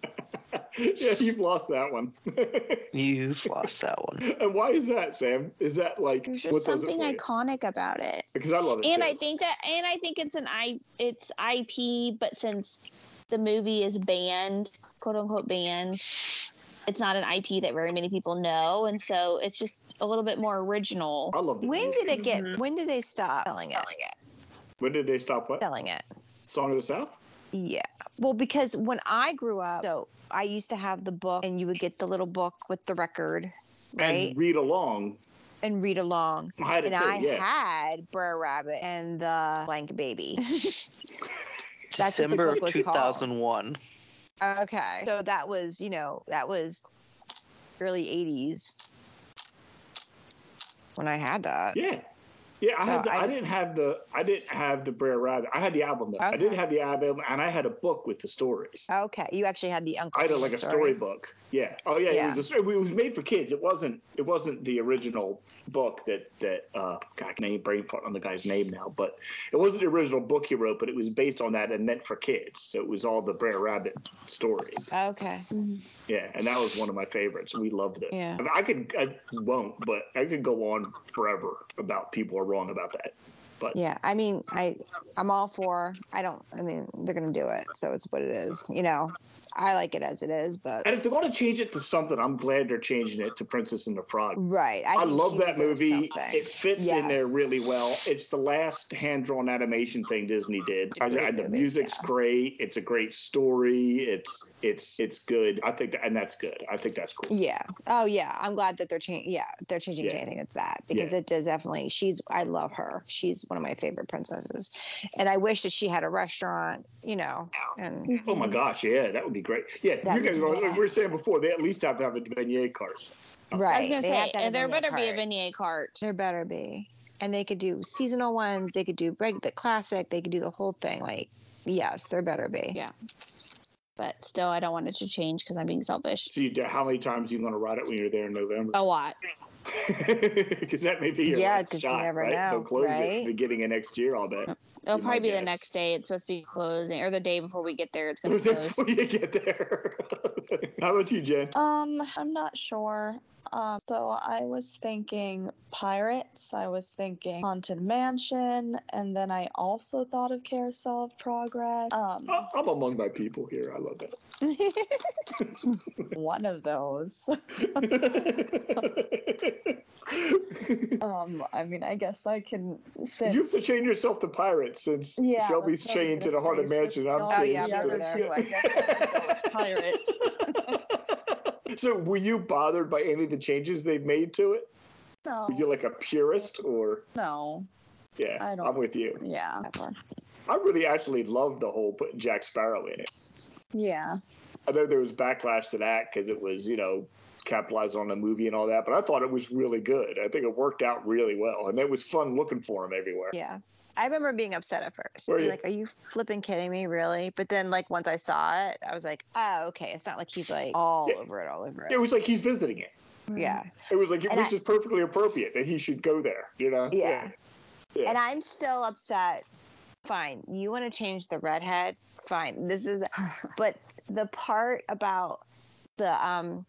Speaker 3: <laughs> yeah, you've lost that one. <laughs>
Speaker 2: You've lost that <laughs> one.
Speaker 3: and why is that, Sam? Is that like
Speaker 4: There's
Speaker 3: what
Speaker 4: just
Speaker 3: does it
Speaker 4: something
Speaker 3: for you?
Speaker 1: Iconic about it.
Speaker 3: Because I love it.
Speaker 1: And
Speaker 3: too.
Speaker 1: I think that, and I think it's an I, it's IP, but since the movie is banned, quote unquote banned, it's not an IP that very many people know, and so it's just a little bit more original.
Speaker 3: I love the
Speaker 4: When
Speaker 3: music.
Speaker 4: did it get?
Speaker 1: Mhm.
Speaker 4: When did they stop Mm-hmm. selling it?
Speaker 3: When did they stop what?
Speaker 4: Selling it.
Speaker 3: Song of the South?
Speaker 4: Yeah. Well, because when I grew up, so I used to have the book, and you would get the little book with the record, right?
Speaker 3: And read along.
Speaker 4: and read along.
Speaker 3: I had it
Speaker 4: and
Speaker 3: too,
Speaker 4: I
Speaker 3: yeah.
Speaker 4: had Brer Rabbit and the Blank Baby. That's what the
Speaker 2: December
Speaker 4: book
Speaker 2: of
Speaker 4: was called.
Speaker 2: 2001.
Speaker 4: <laughs> okay. So that was, you know, that was early 80s when I had that.
Speaker 3: Yeah. Yeah, I,
Speaker 4: So
Speaker 3: had the,
Speaker 4: I
Speaker 3: I,
Speaker 4: just-
Speaker 3: didn't have the I didn't have the Brer Rabbit. I had the album though. I
Speaker 4: Okay.
Speaker 3: did have the album, and I had a book with the stories.
Speaker 4: Okay. You actually had the Uncle
Speaker 3: I had
Speaker 4: Sam
Speaker 3: like a
Speaker 4: stories.
Speaker 3: storybook. Yeah. Oh yeah,
Speaker 4: Yeah.
Speaker 3: It was a story. It was made for kids. It wasn't. It wasn't the original book that that. Uh, God, I can name brain fart on the guy's name now, but it wasn't the original book he wrote. But it was based on that and meant for kids. So it was all the Brer Rabbit stories.
Speaker 4: Okay.
Speaker 3: Yeah, and that was one of my favorites. We loved it.
Speaker 4: Yeah.
Speaker 3: I, mean, I could. I won't, but I could go on forever about people are wrong about that. But
Speaker 4: Yeah. I mean, I I'm all for. I don't. I mean, they're gonna do it, so it's what it is. You know, I like it as it is, but
Speaker 3: And if they're going to change it to something, I'm glad they're changing it to Princess and the Frog.
Speaker 4: right.
Speaker 3: I,
Speaker 4: I, think
Speaker 3: love
Speaker 4: she
Speaker 3: that
Speaker 4: deserves
Speaker 3: movie.
Speaker 4: something.
Speaker 3: It fits in there
Speaker 4: Yes.
Speaker 3: really well. It's the last hand drawn animation thing Disney did.
Speaker 4: a
Speaker 3: I,
Speaker 4: great
Speaker 3: I, the
Speaker 4: movie,
Speaker 3: music's
Speaker 4: yeah.
Speaker 3: great. It's a great story. It's it's it's good. I think that, and that's good. I think that's cool.
Speaker 4: Yeah. Oh, yeah. I'm glad that they're changing. Yeah, they're changing.
Speaker 3: Yeah.
Speaker 4: I think it's that because
Speaker 3: Yeah.
Speaker 4: it does definitely. She's. I love her. She's one of my favorite princesses, and I wish that she had a restaurant. You know, and
Speaker 3: Oh my gosh, yeah, that would be great. Yeah,
Speaker 4: That
Speaker 3: you
Speaker 4: would
Speaker 3: guys
Speaker 4: be
Speaker 3: are, like we were
Speaker 4: fantastic.
Speaker 3: saying before, they at least have to have a beignet cart.
Speaker 4: right.
Speaker 1: I was gonna
Speaker 4: they
Speaker 1: say
Speaker 4: have to have a
Speaker 1: there
Speaker 4: vineyard
Speaker 1: better be a
Speaker 4: cart.
Speaker 1: vignette cart.
Speaker 4: There better be, and they could do seasonal ones. They could do reg- the classic. They could do the whole thing. Like, yes, there better be.
Speaker 1: Yeah. but still I don't want it to change because I'm being selfish.
Speaker 3: So you, how many times are you going to ride it when you're there in November? <laughs>
Speaker 1: A lot.
Speaker 3: Because that may be your
Speaker 4: Oh. Yeah,
Speaker 3: last
Speaker 4: 'cause you
Speaker 3: shot,
Speaker 4: never
Speaker 3: right?
Speaker 4: know,
Speaker 3: They'll close
Speaker 4: right?
Speaker 3: it beginning of next year. I'll <laughs> bet.
Speaker 1: It'll
Speaker 3: Be my
Speaker 1: probably be the
Speaker 3: guess.
Speaker 1: next day. It's supposed to be closing, or the day before we get
Speaker 4: <laughs>
Speaker 1: there. It's gonna close.
Speaker 3: Before you get there. <laughs> How about you, Jen?
Speaker 5: Um, I'm not sure. Um, so I was thinking pirates. I was thinking haunted mansion, and then I also thought of Carousel of Progress. Um,
Speaker 3: I- I'm among my people here. I love
Speaker 5: <laughs> one of those. <laughs>
Speaker 3: that.
Speaker 5: Um, I mean, I guess I can since
Speaker 3: you have to chain yourself to pirates since
Speaker 5: Yeah,
Speaker 3: Shelby's
Speaker 5: that's what I was
Speaker 3: chained to the
Speaker 5: gonna
Speaker 3: heart of
Speaker 5: say,
Speaker 3: mansion.
Speaker 5: since
Speaker 3: I'm
Speaker 5: y'all
Speaker 4: are
Speaker 3: chained
Speaker 4: the
Speaker 3: to
Speaker 4: other
Speaker 3: the-
Speaker 4: two, I
Speaker 5: guess I have to
Speaker 3: <laughs> so, were you bothered by any of the changes they've made to it?
Speaker 5: no,
Speaker 3: <laughs> Were you like a purist, or
Speaker 5: no,
Speaker 3: yeah?
Speaker 5: I don't-
Speaker 3: I'm with you.
Speaker 5: yeah,
Speaker 3: I really actually loved the whole putting Jack Sparrow in it.
Speaker 5: yeah.
Speaker 3: I know there was backlash to that because it was, you know, capitalized on the movie and all that, but I thought it was really good. I think it worked out really well, and it was fun looking for him everywhere.
Speaker 4: Yeah. I remember being upset at first.
Speaker 3: Were
Speaker 4: Be
Speaker 3: you?
Speaker 4: Like, are you flipping kidding me? Really? But then, like, once I saw it, I was like, oh, okay. It's not like he's like all
Speaker 3: Yeah.
Speaker 4: over it, all over
Speaker 3: It
Speaker 4: it.
Speaker 3: was like he's visiting it.
Speaker 4: Yeah.
Speaker 3: It was like
Speaker 4: And
Speaker 3: this
Speaker 4: I-
Speaker 3: is perfectly appropriate that he should go there. You know?
Speaker 4: Yeah.
Speaker 3: Yeah.
Speaker 4: And I'm still upset. Fine. You want to change the redhead? Fine.
Speaker 3: <laughs>
Speaker 4: This is, but the part about the, um,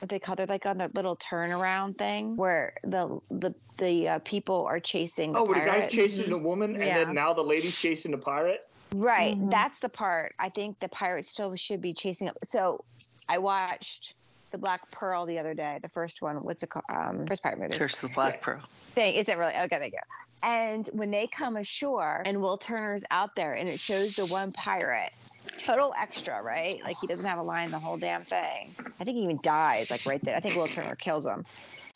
Speaker 4: what they call they're like on their little turnaround thing where the the the uh, people are chasing the
Speaker 3: Oh, where the guy's
Speaker 4: pirates.
Speaker 3: chasing the woman, and
Speaker 4: Yeah.
Speaker 3: then now the lady's chasing the pirate.
Speaker 4: Right.
Speaker 5: Mhm.
Speaker 4: That's the part I think the pirates still should be chasing up. So I watched The Black Pearl the other day, the first one. What's it called? Um, first pirate movie.
Speaker 2: Curse of the Black Pearl.
Speaker 4: Thing. Is it really? Okay, there you go. And when they come ashore and Will Turner's out there and it shows the one pirate, total extra, right? Like he doesn't have a line the whole damn thing. I think he even dies like right there. I think Will Turner kills him.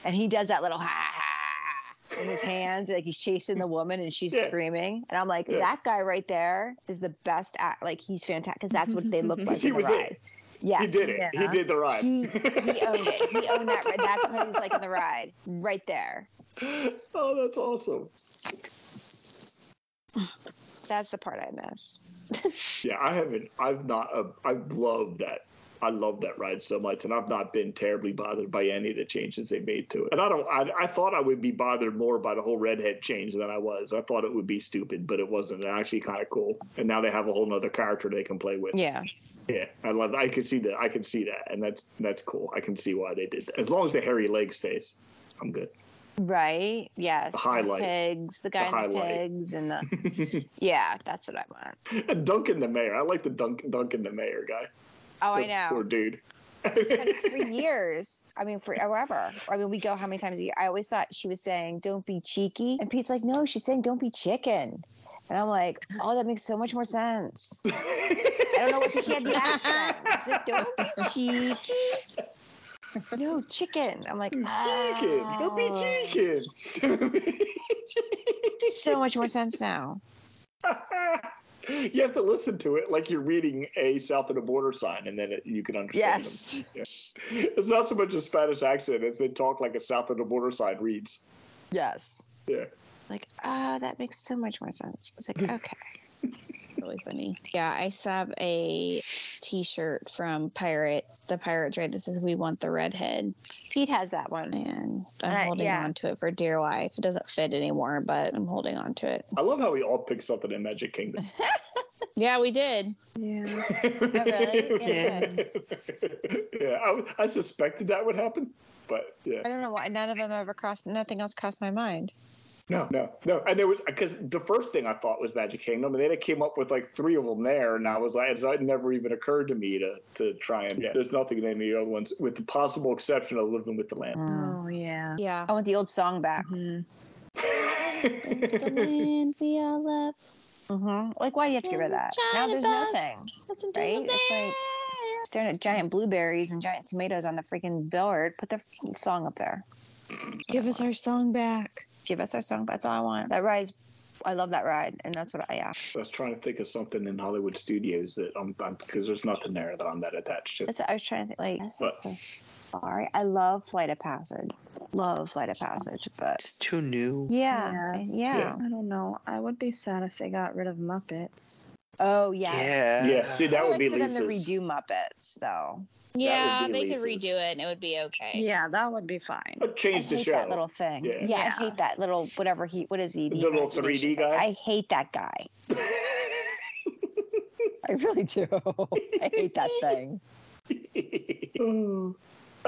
Speaker 4: And he does that little ha ha, ha in his hands, like he's chasing the woman and she's
Speaker 3: Yeah.
Speaker 4: screaming. And I'm like,
Speaker 3: Yeah.
Speaker 4: that guy right there is the best act. Like he's fantastic because that's what
Speaker 3: <laughs>
Speaker 4: they look like.
Speaker 3: Because he
Speaker 4: in the
Speaker 3: was
Speaker 4: ride.
Speaker 3: it.
Speaker 4: Yeah,
Speaker 3: He did it. He
Speaker 5: Yeah.
Speaker 3: did the ride.
Speaker 4: He, he owned it. He owned that. Ride. That's what he was like in the ride, right there.
Speaker 3: <gasps> oh, that's awesome.
Speaker 4: That's the part I miss.
Speaker 3: Yeah, I haven't. I've not. Uh, I've loved that I love that ride so much, and I've not been terribly bothered by any of the changes they made to it. And I don't. I, I thought I would be bothered more by the whole redhead change than I was. I thought it would be stupid, but it wasn't. They're actually kind of cool. And now they have a whole nother character they can play with.
Speaker 4: Yeah.
Speaker 3: Yeah, I love. I can see that. I can see that, and that's that's cool. I can see why they did that. As long as the hairy leg stays, I'm good.
Speaker 4: Right. Yes.
Speaker 3: The highlight.
Speaker 4: The pigs. The guy
Speaker 3: The
Speaker 4: in the
Speaker 3: highlight.
Speaker 4: pigs and the.
Speaker 3: <laughs>
Speaker 4: yeah, that's what I want.
Speaker 3: And Duncan the mayor. I like the Duncan Duncan the mayor guy.
Speaker 4: Oh, I
Speaker 3: The Poor
Speaker 4: know.
Speaker 3: dude. <laughs>
Speaker 4: For years. I mean, forever. I mean, we go how many times a year? I always thought she was saying, "Don't be cheeky," and Pete's like, "No, she's saying, don't be chicken." And I'm like, "Oh, that makes so much more sense." I don't know what she had the accent. She's like, "Don't be
Speaker 3: <laughs>
Speaker 4: cheeky." No chicken. I'm like,
Speaker 3: Chicken. Don't be
Speaker 4: "Oh,
Speaker 3: <laughs> chicken.
Speaker 4: So much more sense now.
Speaker 3: <laughs> you have to listen to it like you're reading a south of the border sign, and then it, you can understand. them.
Speaker 4: Yes.
Speaker 3: It's not so much a Spanish accent as they talk like a south of the border sign reads.
Speaker 4: Yes.
Speaker 3: Yeah.
Speaker 4: Like, oh, that makes so much more sense.
Speaker 1: <laughs>
Speaker 4: It's like, okay.
Speaker 1: really funny. Yeah, I sub a T-shirt from Pirate, the Pirate Trade. This is "We Want the Redhead,"
Speaker 4: Pete has that one.
Speaker 1: and I'm
Speaker 4: Uh,
Speaker 1: holding
Speaker 4: yeah.
Speaker 1: on to it for dear life. It doesn't fit anymore, but I'm holding on to it.
Speaker 3: I love how we all picked something in Magic
Speaker 4: <laughs>
Speaker 3: Kingdom.
Speaker 4: Oh,
Speaker 1: Yeah, we did.
Speaker 5: Yeah.
Speaker 3: <laughs>
Speaker 4: really?
Speaker 2: Yeah.
Speaker 3: yeah, I, I suspected that would happen, but yeah.
Speaker 4: I don't know why none of them ever crossed. Nothing else crossed my mind.
Speaker 3: No, no, no. And there was because the first thing I thought was Magic Kingdom, and then it came up with like three of them there, and I was like, it's- it never even occurred to me to to try and. There's nothing in any of the other ones, with the possible exception of Living with the Land.
Speaker 5: Oh yeah.
Speaker 1: Yeah.
Speaker 4: <laughs> I want the old song back.
Speaker 1: the land we all love.
Speaker 4: hmm Like, why do you have to get rid of that? Now there's nothing.
Speaker 1: That's a
Speaker 4: Right? It's like staring at giant blueberries and giant tomatoes on the freaking billboard. Put the freaking song up there.
Speaker 1: give us our song back.
Speaker 4: Give us our song. That's all I want. That ride's. I love that ride, and that's what I yeah.
Speaker 3: I was trying to think of something in Hollywood Studios that I'm because there's nothing there that I'm that attached to.
Speaker 4: That's what I was trying to think. Like,
Speaker 3: What?
Speaker 4: so sorry. I love Flight of Passage. Love Flight of Passage, but
Speaker 2: It's too new.
Speaker 4: yeah,
Speaker 5: Yes.
Speaker 4: yeah.
Speaker 5: I don't know. I would be sad if they got rid of Muppets.
Speaker 4: Oh
Speaker 2: Yeah.
Speaker 3: yeah, see, that
Speaker 4: I
Speaker 3: would
Speaker 4: like
Speaker 3: be
Speaker 4: for them to
Speaker 3: Lisa's.
Speaker 4: redo Muppets though.
Speaker 1: Yeah,
Speaker 3: be
Speaker 1: they could
Speaker 3: Lisa's.
Speaker 1: redo it and it would be okay.
Speaker 5: Yeah, that would be fine.
Speaker 3: But
Speaker 4: I
Speaker 3: change the
Speaker 4: hate
Speaker 3: show.
Speaker 4: that
Speaker 3: <laughs>
Speaker 4: little thing.
Speaker 3: Yeah.
Speaker 4: Yeah.
Speaker 5: Yeah.
Speaker 4: I hate that little whatever he. What is he?
Speaker 3: The little 3D
Speaker 4: imagination thing.
Speaker 3: guy?
Speaker 4: I hate that guy. I really do. I hate that
Speaker 5: <laughs>
Speaker 4: thing.
Speaker 3: I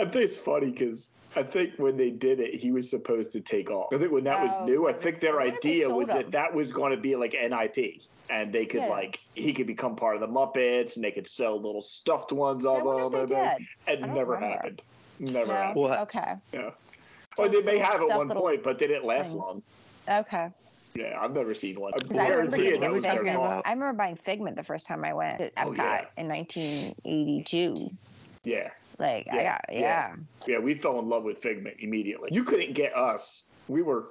Speaker 3: think it's funny because I think when they did it, he was supposed to take off. I think when that was
Speaker 4: Oh,
Speaker 3: new, I
Speaker 4: that was-
Speaker 3: think their
Speaker 4: I wonder if they
Speaker 3: idea
Speaker 4: sold
Speaker 3: was
Speaker 4: them.
Speaker 3: that that was going to be like NIP, and they could
Speaker 4: Yeah.
Speaker 3: like he could become part of the Muppets, and they could sell little stuffed ones
Speaker 4: I
Speaker 3: all
Speaker 4: wonder
Speaker 3: over
Speaker 4: if they
Speaker 3: them.
Speaker 4: did.
Speaker 3: It
Speaker 4: I don't
Speaker 3: never
Speaker 4: remember.
Speaker 3: happened. Never
Speaker 4: No.
Speaker 3: happened.
Speaker 2: What?
Speaker 4: Okay.
Speaker 3: Yeah. Or they may
Speaker 4: Little
Speaker 3: have at
Speaker 4: stuffed
Speaker 3: one
Speaker 4: little
Speaker 3: point, but they didn't last
Speaker 4: things.
Speaker 3: long.
Speaker 4: Okay.
Speaker 3: Yeah, I've never seen one. I
Speaker 4: 'Cause I remember
Speaker 3: guarantee it.
Speaker 4: getting
Speaker 3: That was their
Speaker 2: talking
Speaker 4: Figment.
Speaker 3: fault.
Speaker 2: about?
Speaker 4: I remember buying Figment the first time I went to Epcot
Speaker 3: Oh, yeah.
Speaker 4: in 1982.
Speaker 3: Yeah.
Speaker 4: Like I
Speaker 3: Yeah,
Speaker 4: got
Speaker 3: yeah.
Speaker 4: yeah.
Speaker 3: Yeah, we fell in love with Figment immediately. You couldn't get us. We were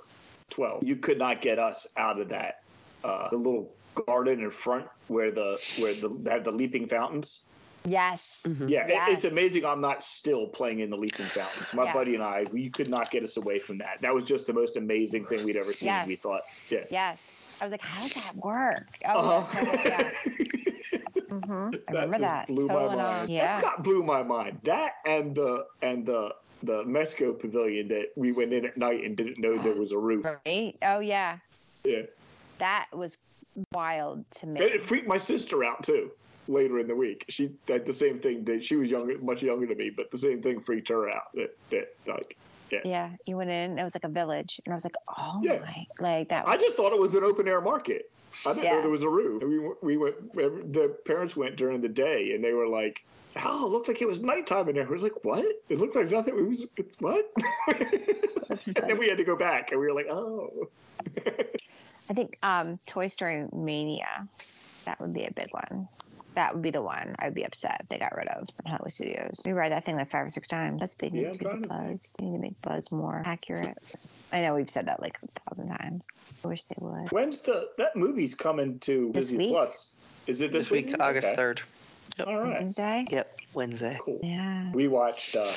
Speaker 3: 12. You could not get us out of that uh, the little garden in front where the where the they have the leaping fountains.
Speaker 4: Yes.
Speaker 2: Mhm.
Speaker 3: Yeah, it- it's
Speaker 4: Yes.
Speaker 3: amazing. I'm not still playing in the leaping fountains. My
Speaker 4: Yes.
Speaker 3: buddy and I, we could not get us away from that. That was just the most amazing thing we'd ever seen. We
Speaker 4: Yes.
Speaker 3: thought, yeah.
Speaker 4: Yes. I was like, how does that work? Oh,
Speaker 3: Uh-huh.
Speaker 4: yeah, totally, <laughs> yeah. hmm I remember
Speaker 3: just
Speaker 4: that.
Speaker 3: blew
Speaker 4: Total
Speaker 3: my
Speaker 4: and all.
Speaker 3: mind.
Speaker 4: Yeah.
Speaker 3: Epcot blew my mind. That and the and the the Mexico pavilion that we went in at night and didn't know there was a roof. <laughs>
Speaker 4: <gasps> Right? Oh yeah.
Speaker 3: Yeah.
Speaker 4: That was wild to me.
Speaker 3: And it freaked my sister out too. Later in the week, she that the same thing did. She was younger, much younger than me, but the same thing freaked her out. That that like
Speaker 4: yeah, you went in. It was like a village, and I was like, "Oh
Speaker 3: Yeah.
Speaker 4: my!" Like that.
Speaker 3: I
Speaker 4: Was,
Speaker 3: just thought it was an open air market. I didn't know
Speaker 4: Yeah.
Speaker 3: there was a roof. And we went- we went. The parents went during the day, and they were like, "Oh, it looked like it was nighttime in there." I was like, "What? It looked like nothing. It was it's
Speaker 4: <laughs>
Speaker 3: what?" and then we had to go back, and we were like, "Oh."
Speaker 4: I think um, Toy Story Mania. That would be a big one. That would be the one I would be upset if they got rid of in Hollywood Studios. We ride that thing like five or six times. That's what they need
Speaker 3: Yeah,
Speaker 4: to do
Speaker 3: I'm
Speaker 4: with
Speaker 3: trying to think.
Speaker 4: Buzz. They need to make Buzz more accurate. I know we've said that like a thousand times. I wish they would.
Speaker 3: When's the that movie's coming to
Speaker 4: This
Speaker 3: Disney
Speaker 4: week.
Speaker 3: Plus? Is it this,
Speaker 2: This week, August
Speaker 3: Okay.
Speaker 2: 3rd.
Speaker 4: Mm-hmm.
Speaker 3: All right,
Speaker 4: Wednesday.
Speaker 2: Yep, Wednesday.
Speaker 3: cool.
Speaker 4: Yeah.
Speaker 3: We watched uh,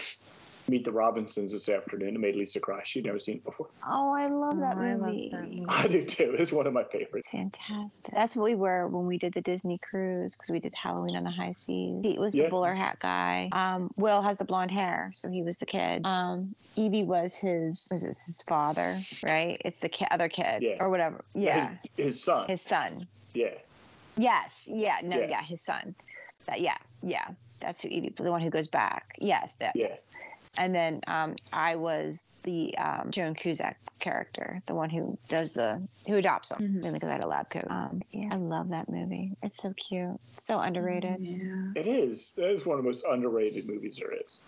Speaker 3: Meet the Robinsons this afternoon. It made Lisa cry. She'd never seen it before. <laughs>
Speaker 4: Oh, I love that
Speaker 6: Oh, I love
Speaker 4: movie.
Speaker 6: that movie.
Speaker 3: I do too. It's one of my favorites.
Speaker 4: It's fantastic. That's what we were when we did the Disney cruise because we did Halloween on the high seas. He was
Speaker 3: Yeah.
Speaker 4: the bowler hat guy. Um, Will has the blonde hair, so he was the kid. Um, Evie was his was it his father, right? It's the ki- other kid
Speaker 3: Yeah.
Speaker 4: or whatever. Yeah,
Speaker 3: His, his son.
Speaker 4: his son.
Speaker 3: yeah.
Speaker 4: Yes, yeah, no,
Speaker 3: Yeah.
Speaker 4: yeah, his son. That yeah, yeah. That's who Evie, the one who goes back. Yes, that,
Speaker 3: Yes.
Speaker 4: and then um, I was the um, Joan Cusack character, the one who does the who adopts them,
Speaker 6: Mhm.
Speaker 4: mainly because I had a lab coat. Mm-hmm. Um, yeah, I love that movie. It's so cute, so underrated.
Speaker 6: Yeah.
Speaker 3: It is. That is one of the most underrated movies there is.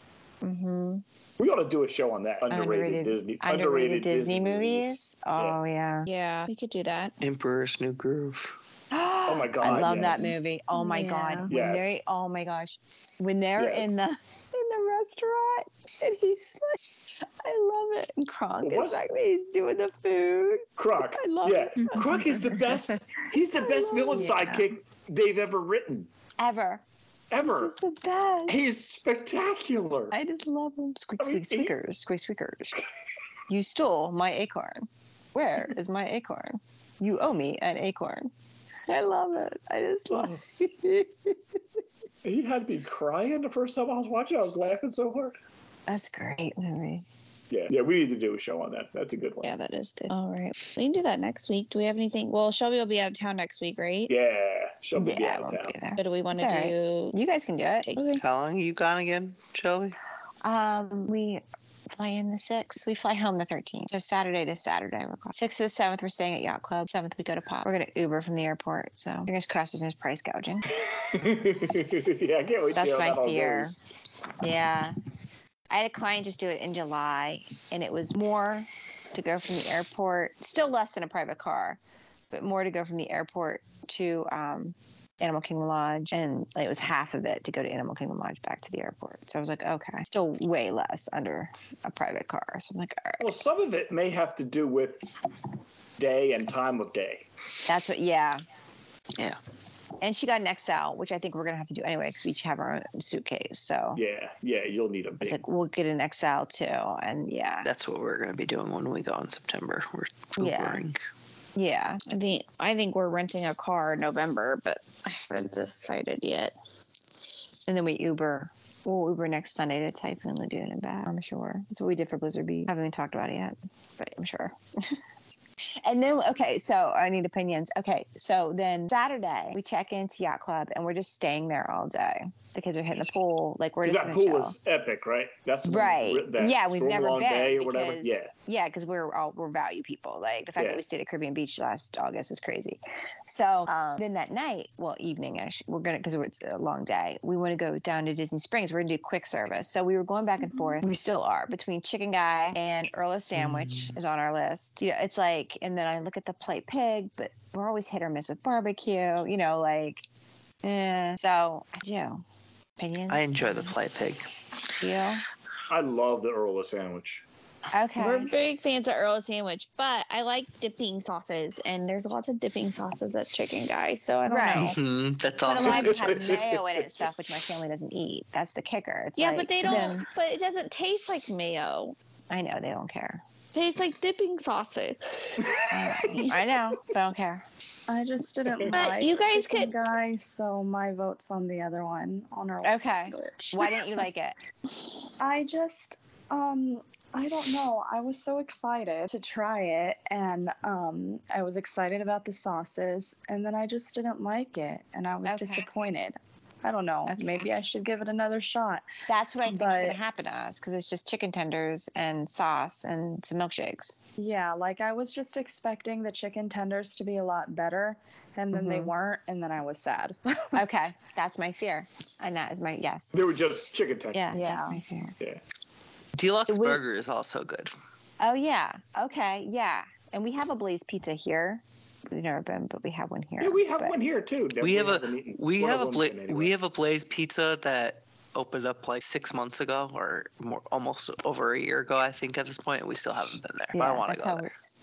Speaker 4: Mm-hmm.
Speaker 3: We ought to do a show on that. Underrated,
Speaker 4: Underrated-
Speaker 3: Disney.
Speaker 4: Underrated, Disney, movies. Oh yeah.
Speaker 1: Yeah, we could do that.
Speaker 2: Emperor's New Groove.
Speaker 4: Oh
Speaker 3: my
Speaker 4: I
Speaker 3: God,
Speaker 4: love that
Speaker 3: yes.
Speaker 4: movie. Oh my
Speaker 6: Yeah.
Speaker 4: god. When
Speaker 3: Yes.
Speaker 4: they oh my gosh. When they're
Speaker 3: Yes.
Speaker 4: in the in the restaurant and he's like I love it. And Kronk
Speaker 3: What?
Speaker 4: is like he's doing the food.
Speaker 3: Croc.
Speaker 4: I love
Speaker 3: yeah.
Speaker 4: it. <laughs>
Speaker 3: Croc is the best. He's the best villain
Speaker 6: Yeah.
Speaker 3: sidekick they've ever written.
Speaker 4: Ever.
Speaker 3: Ever.
Speaker 4: This is the best.
Speaker 3: He's spectacular.
Speaker 4: I just love them. Squeak,
Speaker 3: I mean,
Speaker 4: squeak, squeakers, squeak, squeakers. you stole my acorn. Where is my acorn? You owe me an acorn. I love it. I
Speaker 3: <laughs>
Speaker 4: just love
Speaker 3: He had me crying the first time I was watching. I was laughing so hard.
Speaker 4: That's a great movie.
Speaker 3: Yeah, yeah, we need to do a show on that. That's a good one.
Speaker 1: Yeah, that is good. All right. We can do that next week. Do we have anything? Well, Shelby will be out of town next week, right?
Speaker 3: Yeah, she'll be
Speaker 4: yeah, I
Speaker 3: out of
Speaker 4: won't
Speaker 3: town.
Speaker 4: be there.
Speaker 1: But do we want to
Speaker 4: It's all right.
Speaker 1: do.
Speaker 4: You guys can do it.
Speaker 1: Okay.
Speaker 2: How long are you gone again, Shelby?
Speaker 4: Um, we fly in the 6th. We fly home the 13th. So Saturday to Saturday. We're gone. 6th to the 7th, we're staying at Yacht Club. 7th, we go to Pop. We're going to Uber from the airport. So fingers crossed there's no price gouging.
Speaker 3: <laughs> yeah, I can't wait.
Speaker 4: That's
Speaker 3: to see how
Speaker 4: my
Speaker 3: that all
Speaker 4: fear.
Speaker 3: goes.
Speaker 4: Yeah. I had a client just do it in July, and it was more to go from the airport, still less than a private car, but more to go from the airport to um, Animal Kingdom Lodge. And it was half of it to go to Animal Kingdom Lodge back to the airport. So I was like, okay, still way less under a private car. So I'm like, all right.
Speaker 3: Well, some of it may have to do with day and time of day.
Speaker 4: That's what, yeah.
Speaker 2: Yeah.
Speaker 4: And she got an XL, which I think we're going to have to do anyway because we each have our own suitcase. So
Speaker 3: Yeah, yeah, you'll need a
Speaker 4: I was
Speaker 3: big.
Speaker 4: like, we'll get an XL too. And yeah.
Speaker 2: That's what we're going to be doing when we go in September. We're
Speaker 4: Yeah.
Speaker 2: Ubering.
Speaker 4: Yeah.
Speaker 1: I think I think we're renting a car in November, but I haven't decided yet.
Speaker 4: And then we Uber. We'll Uber next Sunday to Typhoon Lagoon and back. I'm sure that's what we did for Blizzard Beach. Haven't even talked about it yet, but I'm sure. <laughs> and then okay, so I need opinions. Okay, so then Saturday we check into Yacht Club and we're just staying there all day. The kids are hitting the pool. Like we're
Speaker 3: 'Cause
Speaker 4: just
Speaker 3: that
Speaker 4: gonna
Speaker 3: pool
Speaker 4: chill.
Speaker 3: was epic, right? That's when
Speaker 4: Right.
Speaker 3: ri- that
Speaker 4: yeah, we've
Speaker 3: storm
Speaker 4: never
Speaker 3: long
Speaker 4: been
Speaker 3: day or
Speaker 4: because,
Speaker 3: whatever. Yeah,
Speaker 4: yeah, because we're all we're value people. Like the fact
Speaker 3: Yeah.
Speaker 4: that we stayed at Caribbean Beach last August is crazy. So um, then that night, well, eveningish, we're gonna because it's a long day. We want to go down to Disney Springs. We're gonna do quick service. So we were going back and forth. We still are between Chicken Guy and Earl of Sandwich is on our list. You know, it's like, and then I look at the plate pig, but we're always hit or miss with barbecue. You know, like, eh. so I do. Opinions?
Speaker 2: I enjoy the play pig.
Speaker 4: You?
Speaker 3: I love the Earl of Sandwich.
Speaker 4: Okay.
Speaker 1: We're big fans of Earl Sandwich, but I like dipping sauces, and there's lots of dipping sauces at Chicken Guy, so I don't know.
Speaker 4: Right.
Speaker 2: hmm That's
Speaker 4: Oh. But a
Speaker 2: awesome.
Speaker 4: lot of them have mayo in it and stuff, which my family doesn't eat. That's the kicker. It's
Speaker 1: Yeah,
Speaker 4: like,
Speaker 1: but they don't.
Speaker 4: then-
Speaker 1: But it doesn't taste like mayo.
Speaker 4: I know they don't care.
Speaker 1: It tastes like dipping sausage.
Speaker 4: I know, <laughs> I know, but I don't care.
Speaker 5: I just didn't
Speaker 1: But
Speaker 5: like
Speaker 1: you guys
Speaker 5: Chicken
Speaker 1: could-
Speaker 5: guy, so my vote's on the other one on our
Speaker 4: Okay. Why didn't you like it?
Speaker 5: I just um I don't know. I was so excited to try it and um I was excited about the sauces and then I just didn't like it and I was
Speaker 4: Okay.
Speaker 5: disappointed. I don't know.
Speaker 4: Okay.
Speaker 5: Maybe I should give it another shot.
Speaker 4: That's what I think is going to
Speaker 5: But-
Speaker 4: happen to us because it's just chicken tenders and sauce and some milkshakes.
Speaker 5: Yeah, like I was just expecting the chicken tenders to be a lot better and then they
Speaker 4: Mhm.
Speaker 5: weren't and then I was sad.
Speaker 4: Okay, that's my fear, and that is my yes.
Speaker 3: They were just chicken tenders.
Speaker 4: Yeah,
Speaker 5: Yeah.
Speaker 4: that's my fear.
Speaker 2: Deluxe
Speaker 4: So we-
Speaker 2: Burger is also good.
Speaker 4: Oh yeah, okay, yeah. And we have a Blaze pizza here. We've never been, but we have one here.
Speaker 3: Yeah, we have
Speaker 4: but-
Speaker 3: one here too. that
Speaker 2: We have a
Speaker 3: haven't eaten.
Speaker 2: we
Speaker 3: One
Speaker 2: have a
Speaker 3: of
Speaker 2: bla-
Speaker 3: them's been
Speaker 2: we
Speaker 3: anyway.
Speaker 2: have a Blaze Pizza that opened up like six months ago or more, almost over a year ago, I think. At this point, and we still haven't been there. but I
Speaker 4: Yeah,
Speaker 2: want
Speaker 4: that's
Speaker 2: to go
Speaker 4: how
Speaker 2: there.
Speaker 4: it's-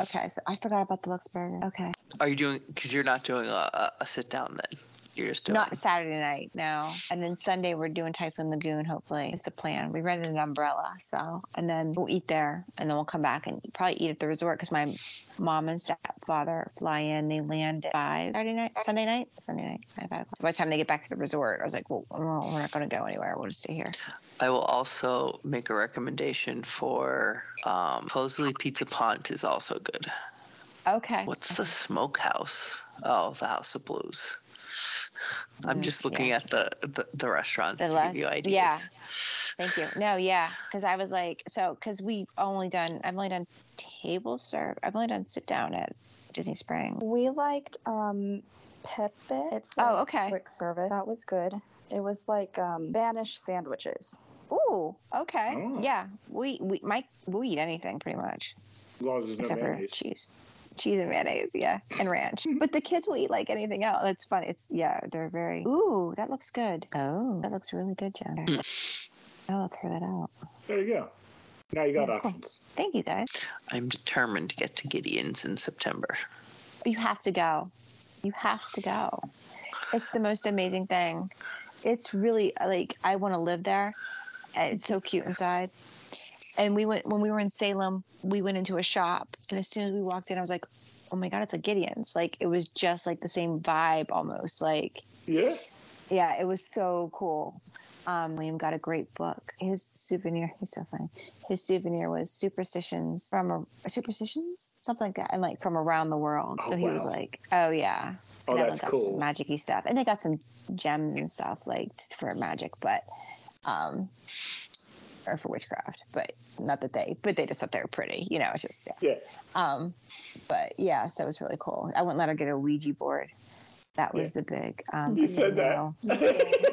Speaker 4: Okay, so I forgot about the Lux Burger. Okay.
Speaker 2: Are you doing? Because you're not doing a, a, a sit down then. You're just doing
Speaker 4: Not Saturday night, no. And then Sunday we're doing Typhoon Lagoon. Hopefully, is the plan. We rented an umbrella, so and then we'll eat there, and then we'll come back and probably eat at the resort because my mom and stepfather fly in. They land at five Saturday night, Sunday night, Sunday night, five, five o'clock. So by the time they get back to the resort, I was like, well, we're we're not going to go anywhere. We'll just stay here.
Speaker 2: I will also make a recommendation for um, supposedly Pizza Pont is also good.
Speaker 4: Okay.
Speaker 2: What's the smokehouse? Oh, the House of Blues. I'm
Speaker 4: Mm,
Speaker 2: just looking at the, the the restaurants
Speaker 4: The
Speaker 2: to give you
Speaker 4: last-
Speaker 2: ideas.
Speaker 4: yeah. Thank you. No, yeah, because I was like, so because we've only done, I've only done table serve. I've only done sit down at Disney Springs.
Speaker 5: We liked um Pepe. It's like
Speaker 4: Oh, okay.
Speaker 5: quick service. That was good. It was like um Spanish sandwiches.
Speaker 4: Ooh, okay,
Speaker 3: Oh.
Speaker 4: yeah. We we Mike we'll eat anything pretty much
Speaker 3: As long as there's no
Speaker 4: except for
Speaker 3: mayonnaise.
Speaker 4: cheese, cheese and mayonnaise, yeah,
Speaker 3: <laughs>
Speaker 4: and ranch. but the kids will eat like anything else. That's fun. It's yeah, they're very. Ooh, that looks good. Oh, that looks really good, Jen. I'll throw that out.
Speaker 3: There you go. Now you got
Speaker 4: Okay.
Speaker 3: options.
Speaker 4: Thank you guys.
Speaker 2: I'm determined to get to Gideon's in September.
Speaker 4: You have to go. You have to go. It's the most amazing thing. It's really like I want to live there. And It's so cute inside. And we went when we were in Salem, we went into a shop and as soon as we walked in I was like, "Oh my god, it's a Gideon's." Like it was just like the same vibe almost. Like
Speaker 3: Yeah.
Speaker 4: yeah, it was so cool. Um, Liam got a great book. His souvenir, he's so funny. His souvenir was superstitions from a, superstitions, something like that, and like from around the world.
Speaker 3: Oh,
Speaker 4: so he was
Speaker 3: wow.
Speaker 4: like, "Oh yeah,
Speaker 3: Oh,
Speaker 4: and
Speaker 3: that's
Speaker 4: everyone got
Speaker 3: cool. <laughs>
Speaker 4: Some magic-y stuff, and they got some gems and stuff like t- for magic, but um, or for witchcraft, but not that they, but they just thought they were pretty. You know, it's just yeah.
Speaker 3: Yeah.
Speaker 4: Um, but yeah, so it was really cool. I wouldn't let her get a Ouija board. That was the big. Um,
Speaker 3: You
Speaker 4: I
Speaker 3: said that.
Speaker 4: no.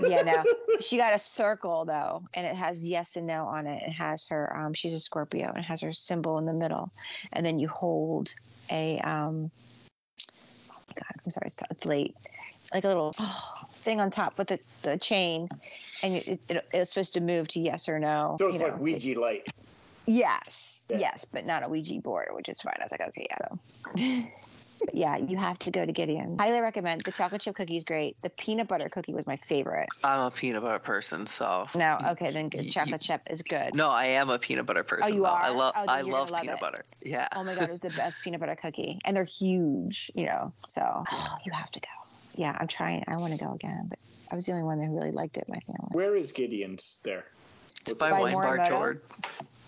Speaker 4: yeah, no. She got a circle though, and it has yes and no on it. It has her. Um, she's a Scorpio, and it has her symbol in the middle, and then you hold a. Um, oh my God, I'm sorry, it's, t- it's late. Like a little <gasps> thing on top with the, the chain, and it, it, it, it's supposed to move to yes or no.
Speaker 3: So it's
Speaker 4: you know,
Speaker 3: like
Speaker 4: to-
Speaker 3: Ouija light.
Speaker 4: Yes,
Speaker 3: Yeah.
Speaker 4: yes, but not a Ouija board, which is fine. I was like, okay, yeah. So. <laughs> But yeah, you have to go to Gideon. Highly recommend. The chocolate chip cookie is great. The peanut butter cookie was my favorite.
Speaker 2: I'm a peanut butter person, so
Speaker 4: No, okay, then
Speaker 2: y-
Speaker 4: good.
Speaker 2: y-
Speaker 4: chocolate chip is good.
Speaker 2: no, I am a peanut butter person.
Speaker 4: you
Speaker 2: though. I
Speaker 4: are?
Speaker 2: love
Speaker 4: Oh, then
Speaker 2: I
Speaker 4: you're gonna
Speaker 2: love,
Speaker 4: love
Speaker 2: peanut
Speaker 4: it.
Speaker 2: butter. Yeah.
Speaker 4: Oh my god, it was the best peanut butter cookie, and they're huge, you know. So you have to go. Yeah, I'm trying. I want to go again, but I was the only one that really liked it. in My family.
Speaker 3: Where is Gideon's there?
Speaker 2: It's
Speaker 3: What's
Speaker 2: by,
Speaker 3: it
Speaker 4: By
Speaker 2: Wine Bar
Speaker 4: Morimoto?
Speaker 2: Jord.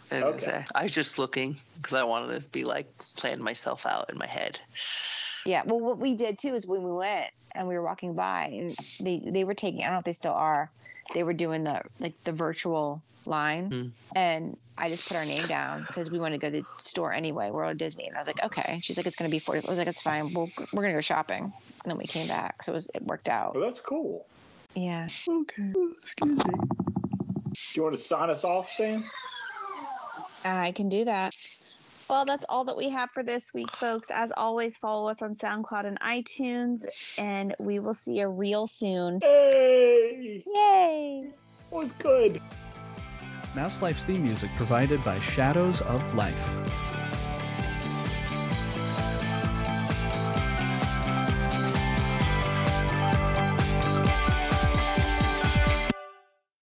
Speaker 2: I was gonna
Speaker 3: Okay.
Speaker 2: say, I was just looking because I wanted to be like playing myself out in my head.
Speaker 4: Yeah. Well, what we did too is when we went and we were walking by, and they they were taking. I don't know if they still are. They were doing the like the virtual line,
Speaker 2: Mm.
Speaker 4: and I just put our name down because we want to go to the store anyway. We're at Disney, and I was like, okay. She's like, it's gonna be forty. I was like, it's fine. We'll, we're gonna go shopping, and then we came back, so it was it worked out.
Speaker 3: Oh, that's cool.
Speaker 4: Yeah.
Speaker 2: Okay. Excuse me.
Speaker 3: Do you want to sign us off, Sam?
Speaker 1: I can do that. Well, that's all that we have for this week, folks. As always, follow us on SoundCloud and iTunes, and we will see you real soon.
Speaker 3: Hey,
Speaker 1: Yay!
Speaker 3: that was good.
Speaker 6: Mouse Life's theme music provided by Shadows of Life.